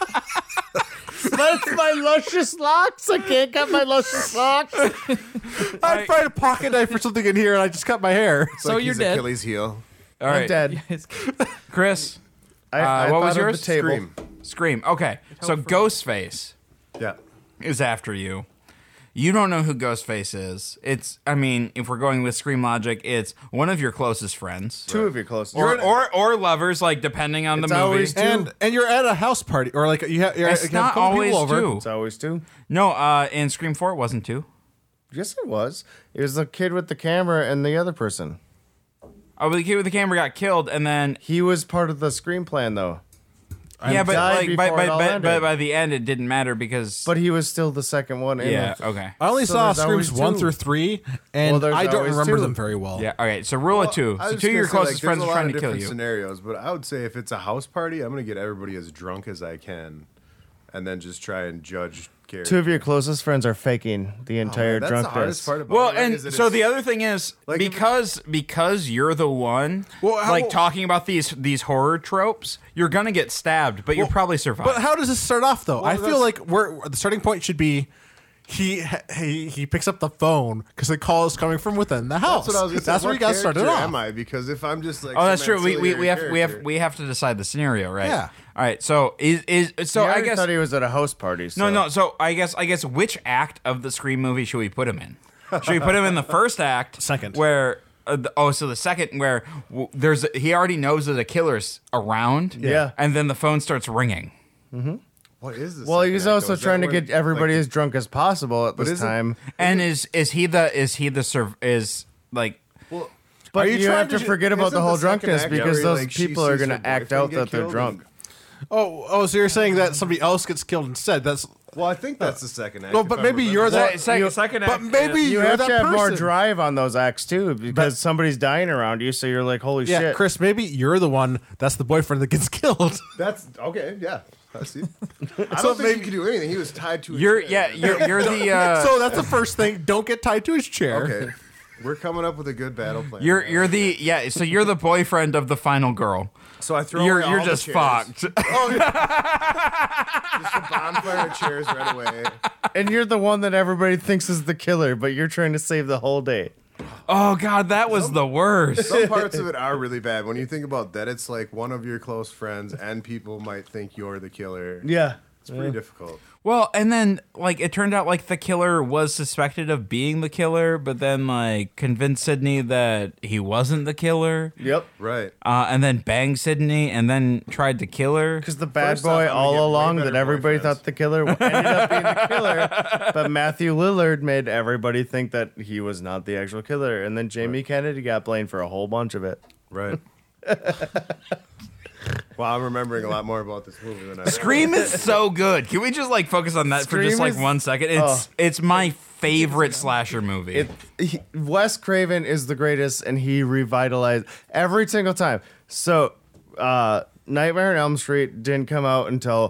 that's my luscious locks. I can't cut my luscious locks. I'd find a pocket knife or something in here, and I just cut my hair. It's So Oh, like you're he's dead. Achilles heel. all right, I'm dead. Yes. Chris. I, Uh, I what thought was of yours? The table. Scream. Scream. Okay. So Ghostface Yeah. is after you. You don't know who Ghostface is. It's, I mean, if we're going with Scream logic, it's one of your closest friends. Two of your closest. Or, or, or lovers, like depending on It's the movie. always two. And and you're at a house party or like you have you're It's you have not a couple always people over. two. it's always two. No, uh, in Scream 4, it wasn't two. Yes, it was. It was the kid with the camera and the other person. Oh, but the kid with the camera got killed, and then. He was part of the screen plan though, yeah, but died like by, before by, it all by, ended. by, by the end, it didn't matter because. but he was still the second one. In yeah, it. okay. I only So saw there's screams always one two. through three, and Well, there's I don't always remember two. them very well. Yeah, all right. So rule of two. I So was two of gonna your say, like, closest there's friends a are lot trying of to kill different you. Scenarios, but I would say if it's a house party, I'm gonna get everybody as drunk as I can, and then just try and judge. Characters. Two of your closest friends are faking the entire Oh, That's drunk the hardest fest. part about Well, it, right, and is that so it's- the other thing is Like, if- because because you're the one Well, how- like talking about these these horror tropes, you're gonna get stabbed, but you'll probably survive. But how does this start off though? I feel that's- like we're the starting point should be he he he picks up the phone because the call is coming from within the house. That's what I was. Gonna say. where What you got started character off. Am I? Because if I'm just like, Oh, some that's true. We, we, we have ancillary we have character- we have to decide the scenario, right? Yeah. All right. So is is so I guess thought he was at a host party. So. no no. So I guess I guess which act of the Scream movie should we put him in? Should we put him in the first [LAUGHS] act? Second. Where uh, the, oh, so the second where w- there's he already knows that a killer's around. Yeah. And then the phone starts ringing. What is this? Well, like he was that, also though? Is that trying to where- get everybody like, as drunk as possible at this isn't- time. And is is he the is he the serv- is like But you you, trying have to to ju- forget about isn't the the whole second drunkenness act because where, those like, she people are sees her going to act out boyfriend that get they're killed drunk. and- Oh, oh, so you're saying that somebody else gets killed instead? That's Well, I think that's the second act. no, if but I maybe remember. you're Well, that. sec- you- second but act maybe is- You you're have that to have person. more drive on those acts too because somebody's dying around you. So you're like, holy Yeah, shit. Chris, maybe you're the one that's the boyfriend that gets [LAUGHS] killed. That's okay. Yeah, I [LAUGHS] see. I don't think maybe- he could do anything. He was tied to. a you're yeah chair. you're you're the [LAUGHS] uh, so that's the first thing. Don't get tied to his chair. Okay, we're coming up with a good battle plan. you're now. you're the yeah. So you're the boyfriend of the final girl. So I throw. you're away you're all the just chairs. fucked. Just a bonfire of chairs right away. and you're the one that everybody thinks is the killer, but you're trying to save the whole day. Oh god, that was the worst. [LAUGHS] Some parts of it are really bad. When you think about that, it's like one of your close friends and people might think you're the killer. Yeah. It's pretty difficult. Well, and then like it turned out like the killer was suspected of being the killer, but then like convinced Sydney that he wasn't the killer. Yep. Right. Uh, and then banged Sydney and then tried to kill her. Because the bad First off, I'm boy gonna all get way along better that everybody boyfriends. thought the killer ended up being the [LAUGHS] killer, but Matthew Lillard made everybody think that he was not the actual killer, and then Jamie Kennedy got blamed for a whole bunch of it. [LAUGHS] Right. well, I'm remembering a lot more about this movie [LAUGHS] than I Scream is so good. Can we just like focus on that for just Scream like is- one second? It's it's my favorite slasher movie. It he, Wes Craven is the greatest, and he revitalized every single time. So, uh, Nightmare on Elm Street didn't come out until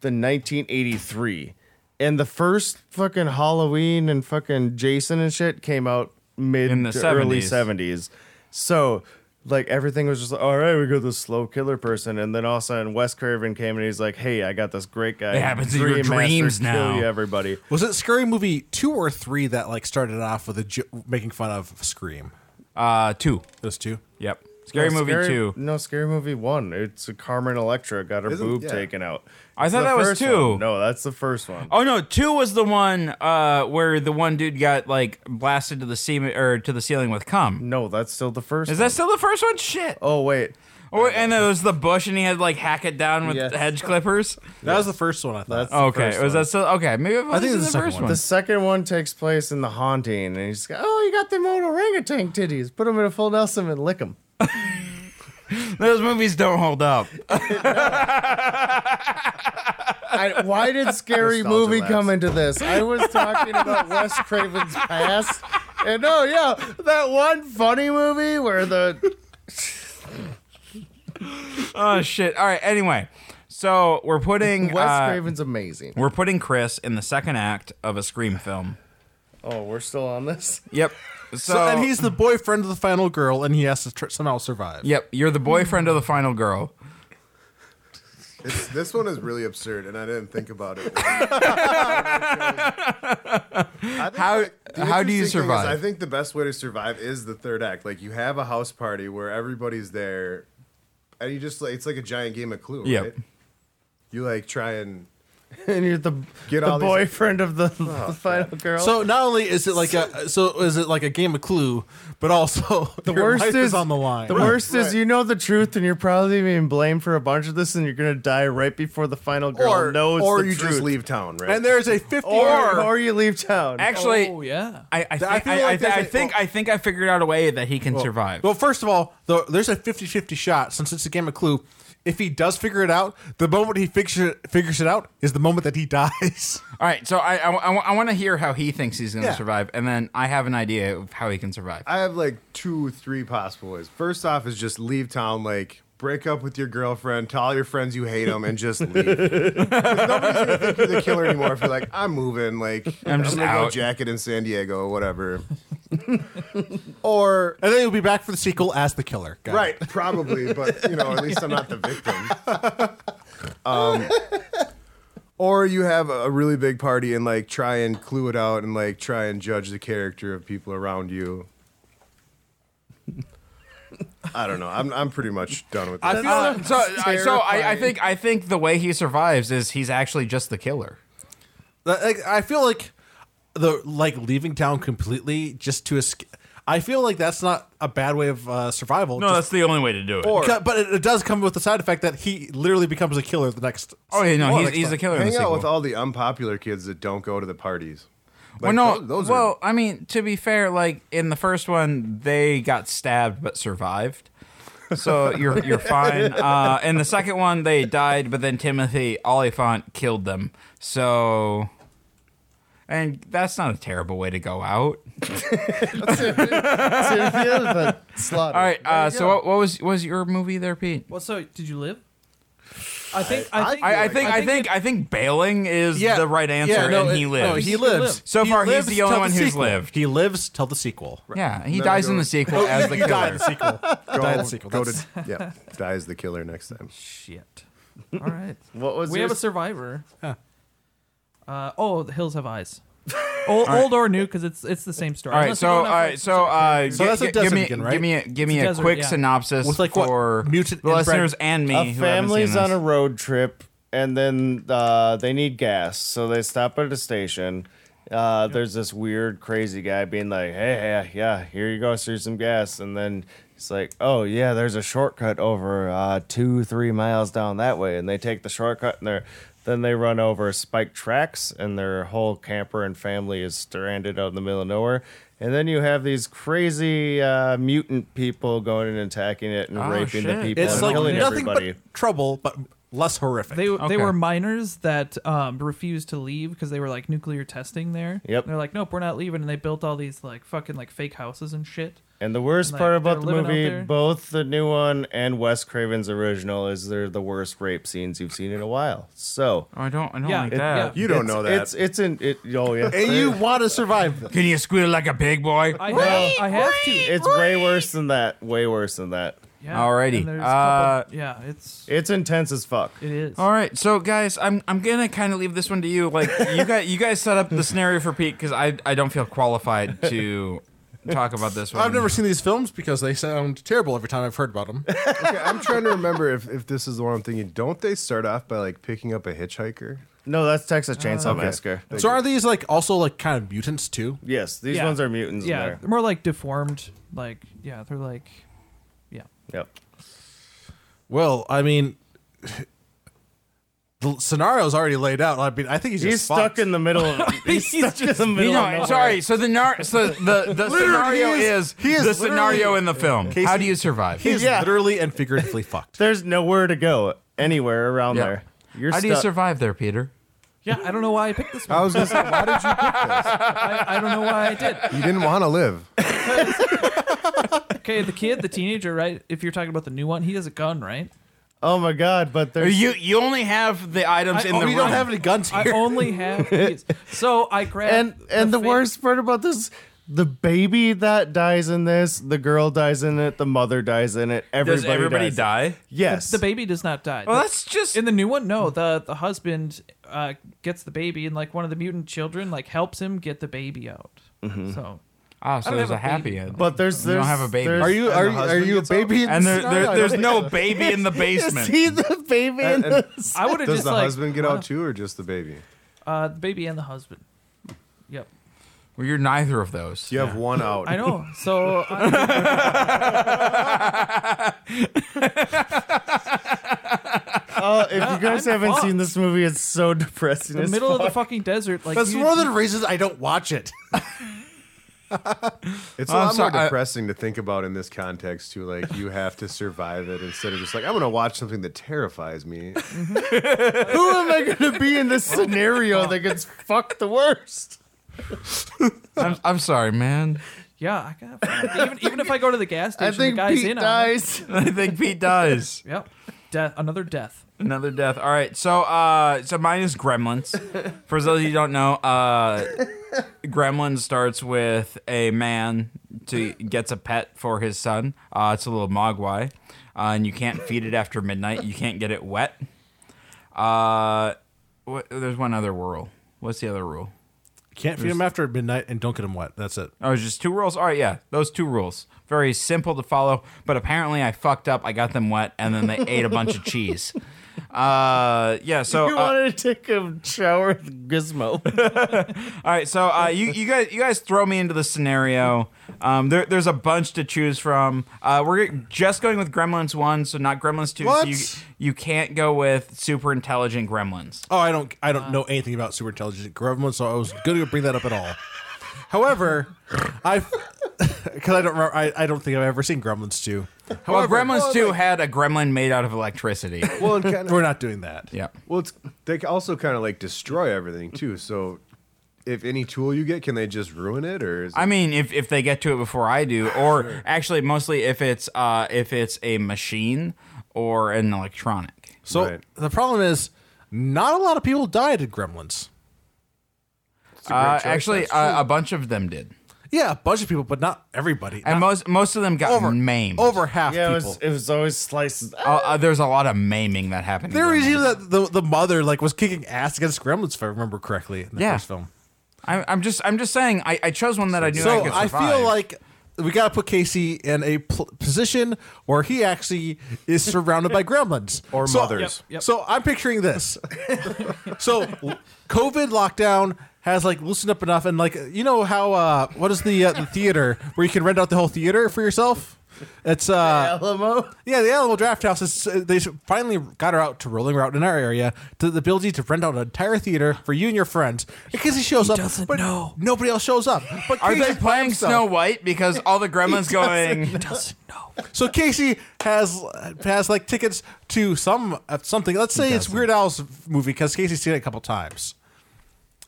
the 1983, and the first fucking Halloween and fucking Jason and shit came out mid In the to early 70s. 70s. So. Like everything was just like, all right, we got this slow killer person, and then all of a sudden Wes Craven came and he's like, "Hey, I got this great guy. It happens in your Dream Master, dreams now." Kill you, everybody." Was it Scary Movie two or three that like started off with a ju- making fun of Scream? uh two. Those two. Yep. Scary No, movie two. No, Scary Movie one. It's Carmen Electra got her Isn't- boob yeah. taken out. I It's thought the that was first two. one. No, that's the first one. Oh no, two was the one uh where the one dude got like blasted to the ceiling or to the ceiling with cum. No, that's still the first. Is one. that still the first one? Shit. Oh wait, Oh, and it was the bush, and he had like hack it down with Yes. hedge clippers. That was the first one I thought. that's Oh, Okay, The was first that still okay? Maybe it think it's wasn't the, the second first one. one. one. The second one takes place in the haunting, and he's got oh, you got them old orangutan titties. Put them in a full Nelson and lick them. Those movies don't hold up. I, why [LAUGHS] did Scary Nostalgia Movie lapse. come into this? I was talking about Wes Craven's past, and oh yeah, that one funny movie where the [LAUGHS] oh shit! All right. Anyway, so we're putting Wes uh, Craven's amazing. we're putting Chris in the second act of a Scream film. Oh, we're still on this. Yep. So, So, and he's the boyfriend of the final girl, and he has to tr- somehow survive. yep. You're the boyfriend of the final girl. It's, this one is really absurd, and I didn't think about [LAUGHS] it. How- how how do you survive? I think the best way to survive is the third act. Like you have a house party where everybody's there, and you just like it's like a giant game of Clue, Yep. right? You like try and and you're the Get the all these- Oh, boyfriend of the, the final girl. So not only is it like a so is it like a game of Clue, but also [LAUGHS] the your worst life is, on the line. The worst is you know the truth, and you're probably being blamed for a bunch of this, and you're gonna die right before the final girl or knows or the you truth. just leave town, right? and there's a fifty. or or you leave town. Actually, oh yeah. I, I, think, I I, feel like I, there's I a- think I think I figured out a way that he can survive. Well, first of all, though, there's a 50-50 shot since it's a game of Clue. If he does figure it out, the moment he figures it, figures it out is the moment that he [LAUGHS] dies. All right, so I I, want to hear how he thinks he's going to Yeah. survive, and then I have an idea of how he can survive. I have like two, three possible ways. First off, is just leave town, like break up with your girlfriend, tell all your friends you hate them, and [LAUGHS] just leave. 'Cause Nobody's gonna think you're the killer anymore if you're like, I'm moving, like I'm just gonna go out. jacket in San Diego, whatever. or And then he'll be back for the sequel as the killer. Got it. right, probably, but you know, at least I'm not the victim. Um, Or you have a really big party and like try and clue it out and like try and judge the character of people around you. I don't know. I'm I'm pretty much done with this. I feel Uh, so. I- So I, I think I think the way he survives is he's actually just the killer. Like, I feel like the like leaving town completely just to escape. I feel like that's not a bad way of uh, survival. No, just- that's the only way to do it. Because- but it, it does come with the side effect that he literally becomes a killer the next. oh yeah, no, well, he's next he's time. the killer. in hang the out sequel. with all the unpopular kids that don't go to the parties. well, Like, no, tho- those are- well, I mean, to be fair, like in the first one, they got stabbed but survived, [LAUGHS] so you're you're fine. Uh, in the second one, they died, but then Timothy Oliphant killed them. So, and that's not a terrible way to go out. [LAUGHS] All right. Uh, so what, what was what was your movie there, Pete? Well, so did you live? I think. I, think. I, I think I think I think bailing is Yeah. the right answer, Yeah, no, and it- he lives. No, he lives. lives. So He far, he's lives the only till one who's sequel. lived. He lives till the sequel. Yeah, he Then dies I in go- the "Oh, sequel as the You die killer. in the sequel. go, die in the sequel. go That's- to [LAUGHS] yeah, dies the killer next time. Shit. All right. What was we your have a survivor. Uh, oh, the hills have eyes. old, old or new, because it's it's the same story. All right, Unless you so all don't have, like, right, so uh, So gi- that's a gi- desert give me again, right? give me a, give me a It's a desert, quick yeah. synopsis With, like, what? for Mutant the and listeners and me. a who haven't seen family's on this. a road trip and then uh, they need gas so they stop at a station uh, there's this weird crazy guy being like hey yeah, yeah here you go here's some gas and then it's like oh yeah there's a shortcut over uh, two three miles down that way and they take the shortcut and they're then they run over spike tracks and their whole camper and family is stranded out in the middle of nowhere and then you have these crazy uh, mutant people going and attacking it and Oh, raping shit. the people It's and like killing nothing everybody. but trouble, but less horrific. They, Okay. they were miners that um, refused to leave because they were like nuclear testing there. Yep. They're like, nope, we're not leaving, and they built all these like fucking like fake houses and shit. And the worst Like, part they're about the living out movie, there. both the new one and Wes Craven's original, is they're the worst rape scenes you've seen in a while. So Oh, I don't I don't Yeah, like it- that. yeah. You don't it's- know that. it's it's in it. Oh yeah, and you want to survive them. Can you squeal like a pig boy? I have, I have to. it's way worse than that. Way worse than that. Yeah. Alrighty. and there's a Uh, couple- yeah, it's It's intense as fuck. it is. All right, so guys, I'm I'm gonna kind of leave this one to you. Like you guys, you guys set up the scenario for Pete because I I don't feel qualified to talk about this one. I've never seen these films because they sound terrible every time I've heard about them. Okay, I'm trying to remember if, if this is the one I'm thinking. Don't they start off by like picking up a hitchhiker? No, that's Texas Chainsaw Massacre. so are these like also like kind of mutants too? Yes, these Yeah. ones are mutants. Yeah, in they're more like deformed. Like yeah, they're like yeah. there. Yep. Well, I mean, [LAUGHS] the scenario's already laid out. I mean, I think he's, He's just stuck fucked. in the middle. Of, he's, stuck in You the middle. know, of nowhere. sorry. So the nar- so the the scenario he is- is, he is the scenario literally- in the film. How do you survive? He's Yeah. literally and figuratively [LAUGHS] fucked. There's nowhere to go anywhere around Yeah. there. You're How stuck. do you survive there, Peter? Yeah, I don't know why I picked this [LAUGHS] one. I was gonna say, why did you pick this? I, I don't know why I did. You didn't want to live. Okay, the kid, the teenager, right? If you're talking about the new one, he has a gun, right? oh my god! But there's You you only have the items I- in oh, the we room. don't have any guns I [LAUGHS] here. only have these. So I grabbed and and the fa- worst part about this the baby that dies in this the girl dies in it the mother dies in it everybody Does everybody dies. die? yes The baby does not die. Well, that's just in the new one. No, the the husband uh, gets the baby, and like one of the mutant children like helps him get the baby out. Mm-hmm. oh, So so I don't there's have a a happy baby. end. but there's You there's don't have a baby. there's- Are you And are the you, are husband you a gets out? baby? in and the there, there scenario? [LAUGHS] there's [LAUGHS] no baby in the you basement. see the baby in And- and- this I would have Does just the like husband get out too, or just the baby? uh, the baby and the husband. Yep, Well, you're neither of those. You have one out. I know. So I, [LAUGHS] oh if you guys I'm haven't fucked. seen this movie it's so depressing the as middle of the fuck. fucking desert, like That's you- one of the reasons I don't watch it. It's a I'm lot sorry, more I- depressing to think about in this context too. Like you have to survive it instead of just like I'm gonna watch something that terrifies me. who am i gonna be in this scenario that gets fucked the worst I'm, I'm sorry, man. [LAUGHS] yeah. I got, even even if I go to the gas [LAUGHS] i station, think the guy's pete in on it. dies I think Pete dies. Yep, death. Another death. Another death. All right. So, uh, so mine is Gremlins. For those of you who don't know, uh, Gremlins starts with a man to gets a pet for his son. Uh, it's a little mogwai, uh, and you can't feed it after midnight. You can't get it wet. Uh, what, there's one other rule. What's the other rule? Can't feed them after midnight and don't get them wet. That's it. Oh, it's just two rules. All right, yeah, those two rules. Very simple to follow. But apparently, I fucked up. I got them wet, and then they ate a bunch of cheese. Uh, yeah. So you uh, wanted to take a shower with Gizmo. All right, so uh, you you guys you guys throw me into the scenario. Um, there, there's a bunch to choose from. Uh, we're just going with Gremlins one, so not Gremlins two. So What? you you can't go with super intelligent Gremlins. Oh, I don't I don't know anything about super intelligent government, so I was going to bring that up at all. [LAUGHS] However, I [LAUGHS] because I don't remember, I, I don't think I've ever seen Gremlins two. Well, However, Gremlins two had a gremlin made out of [LAUGHS] electricity. Well, and kinda, we're not doing that. yep. well, it's, they also kind of like destroy everything too. So, if any tool you get, can they just ruin it, or is it, I mean, if, if they get to it before I do, or actually, mostly if it's uh, if it's a machine or an electronic. So Right. the problem is, not a lot of people died at Gremlins. Uh, actually, uh, a bunch of them did, Yeah, a bunch of people, but not everybody. and Not most most of them got over maimed. over half yeah, it people. was, it was always slices. Uh, uh, there's a lot of maiming that happened. in there was Gremlins. even that the, the mother like was kicking ass against Gremlins, if I remember correctly, in the Yeah. first film. I'm, I'm just I'm just saying I, I chose one that I knew I so could I, survive. feel like we gotta put Casey in a pl- position where he actually is surrounded by gremlins Or So- mothers. Yep, yep. So I'm picturing this. [LAUGHS] so COVID lockdown has like loosened up enough, and like you know how uh, what is the uh, the theater where you can rent out the whole theater for yourself? It's uh Alamo. yeah the Alamo Draft House is uh, they finally got her out to rolling her out in our area to the ability to rent out an entire theater for you and your friends. And Casey shows up, doesn't but know. nobody else shows up. But are Casey they by playing himself. Snow White because all [LAUGHS] the gremlins going doesn't know. So Casey has has like tickets to some uh, something. Let's say it's Weird Al's movie because Casey's seen it a couple times.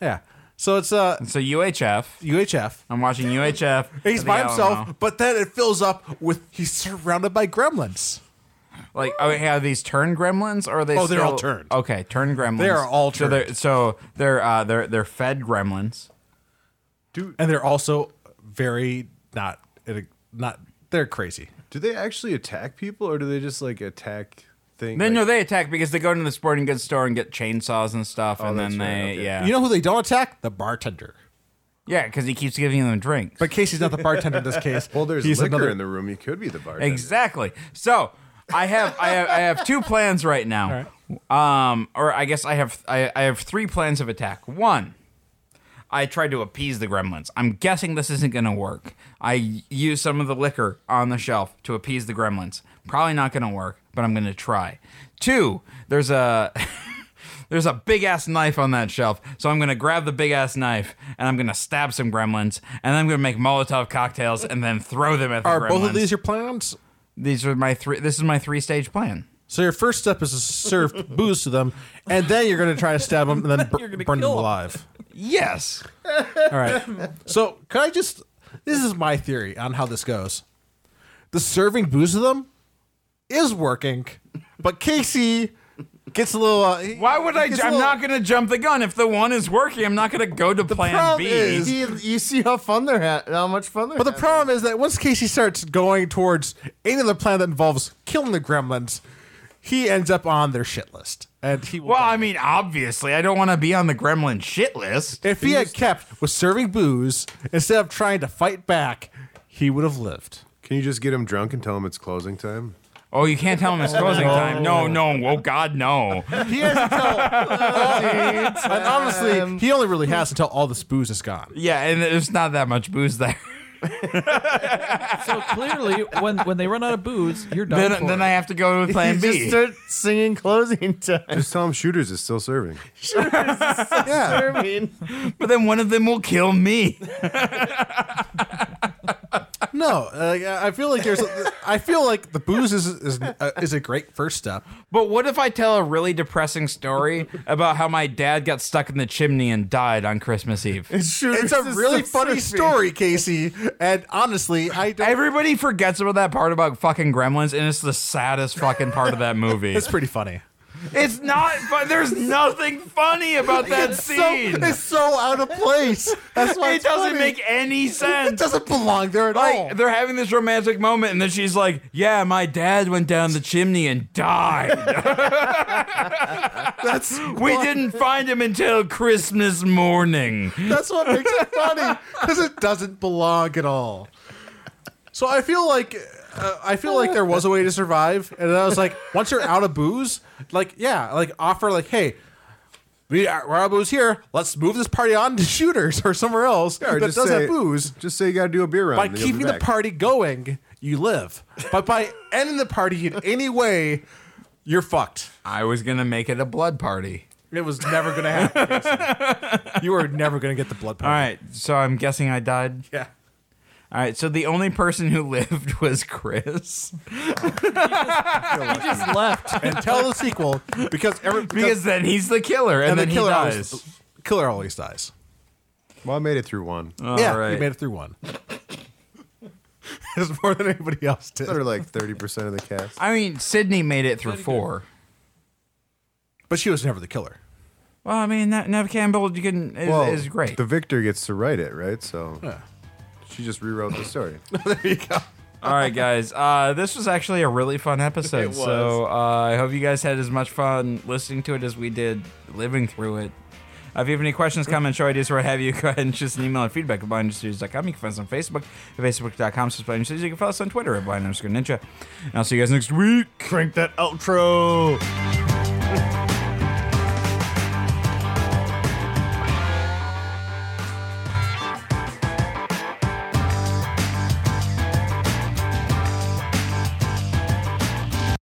Yeah. So it's uh so UHF UHF. I'm watching UHF He's at the by Alamo. himself, but then it fills up with he's surrounded by gremlins. like oh yeah, are these turn gremlins or are they Oh, they're all still- turned. okay turn gremlins They are all so they're so they're uh, they're they're fed gremlins And they're also very not not they're crazy. do they actually attack people, or do they just like attack things? then no like, they attack because they go into the sporting goods store and get chainsaws and stuff Oh, and that's then they right, okay. yeah You know who they don't attack? The bartender. yeah because he keeps giving them drinks But Casey's not the bartender in this case. [LAUGHS] well, there's he's liquor another- in the room. You could be the bartender. Exactly. So I have I have I have two plans right now. Um, or I guess I have I, I have three plans of attack. One, I tried to appease the gremlins. I'm guessing this isn't gonna work. I use some of the liquor on the shelf to appease the gremlins. Probably not gonna work, but I'm gonna try. Two, there's a [LAUGHS] there's a big ass knife on that shelf, so I'm gonna grab the big ass knife and I'm gonna stab some gremlins, and I'm gonna make Molotov cocktails and then throw them at the Are gremlins. both of these your plans? These are my three. This is my three stage plan. So your first step is to serve [LAUGHS] booze to them, and then you're going to try to stab them and [LAUGHS] then bur- gonna burn them kill 'em. [LAUGHS] alive. Yes. All right. So can I just? This is my theory on how this goes. The serving booze to them is working, but Casey gets a little. Uh, he- Why would I? gets a I'm little- not going to jump the gun if the one is working. I'm not going to go to plan problem B. is- He, you see how fun they're ha- how much fun they're. But the having. problem is that once Casey starts going towards any other plan that involves killing the gremlins, he ends up on their shit list, and he. Will well, die. Oh, I mean, obviously, I don't want to be on the gremlin shit list. If he had kept with serving booze instead of trying to fight back, he would have lived. Can you just get him drunk and tell him it's closing time? Oh, you can't tell him it's closing time. No, no. Oh God, no. He has until. and honestly, he only really has until all this booze is gone. Um, Yeah, and there's not that much booze [LAUGHS] there. So clearly, when when they run out of booze, you're done. Then, for. then I have to go [LAUGHS] to plan You just B. start singing closing time. Just tell him Shooters is still serving. [LAUGHS] Yeah. I mean, but then one of them will kill me. No, uh, I feel like there's. I feel like the booze is is uh, is a great first step. But what if I tell a really depressing story about how my dad got stuck in the chimney and died on Christmas Eve? It's a really funny story, Casey. And honestly, I don't. [LAUGHS] Everybody forgets about that part about fucking gremlins, and it's the saddest fucking part of that movie. it's pretty funny. [LAUGHS] It's not fun. There's nothing funny about that scene. It's so out of place. That's why it it's doesn't funny. make any It sense. doesn't belong there at all. Like they're having this romantic moment, and then she's like, "Yeah, my dad went down the chimney and died. [LAUGHS] That's We didn't find him until Christmas morning." That's what makes it funny because it doesn't belong at all. So I feel like uh, I feel like there was a way to survive, and I was like, once you're out of booze, like yeah, like offer like, hey, we are, we're out of booze here. Let's move this party on to shooters or somewhere else Or that just does say- have booze. Just say you got to do a beer run. By and you'll be keeping the back. party going, you live. But by ending the party in any way, you're fucked. [LAUGHS] I was gonna make it a blood party. It was never gonna happen. [LAUGHS] Jason. you were never gonna get the blood. All Party. right, so I'm guessing I died. Yeah. All right, so the only person who [LAUGHS] lived was Chris just left. and tell the sequel because every because then he's the killer, and, and, then the he killer dies. always killer always dies. Well, I made it through one. I All yeah, right. he made it through one. [LAUGHS] it's more than anybody else did. thought it was like thirty percent of the cast. I mean, Sydney made it through four. But she was never the killer. Well, I mean, that Nev Campbell you can, is, Well, is great. The victor gets to write it, right? So she just rewrote the story. All right, guys. Uh, this was actually a really fun episode. So uh, I hope you guys had as much fun listening to it as we did living through it. Uh, if you have any questions, comments, show ideas, or what have you, [LAUGHS] go ahead and shoot us an email at feedback at blindstudios.com. You can find us on Facebook at facebook.com. slash blind studios. You can follow us on Twitter at blind underscore ninja. And I'll see you guys next week. Drink that outro.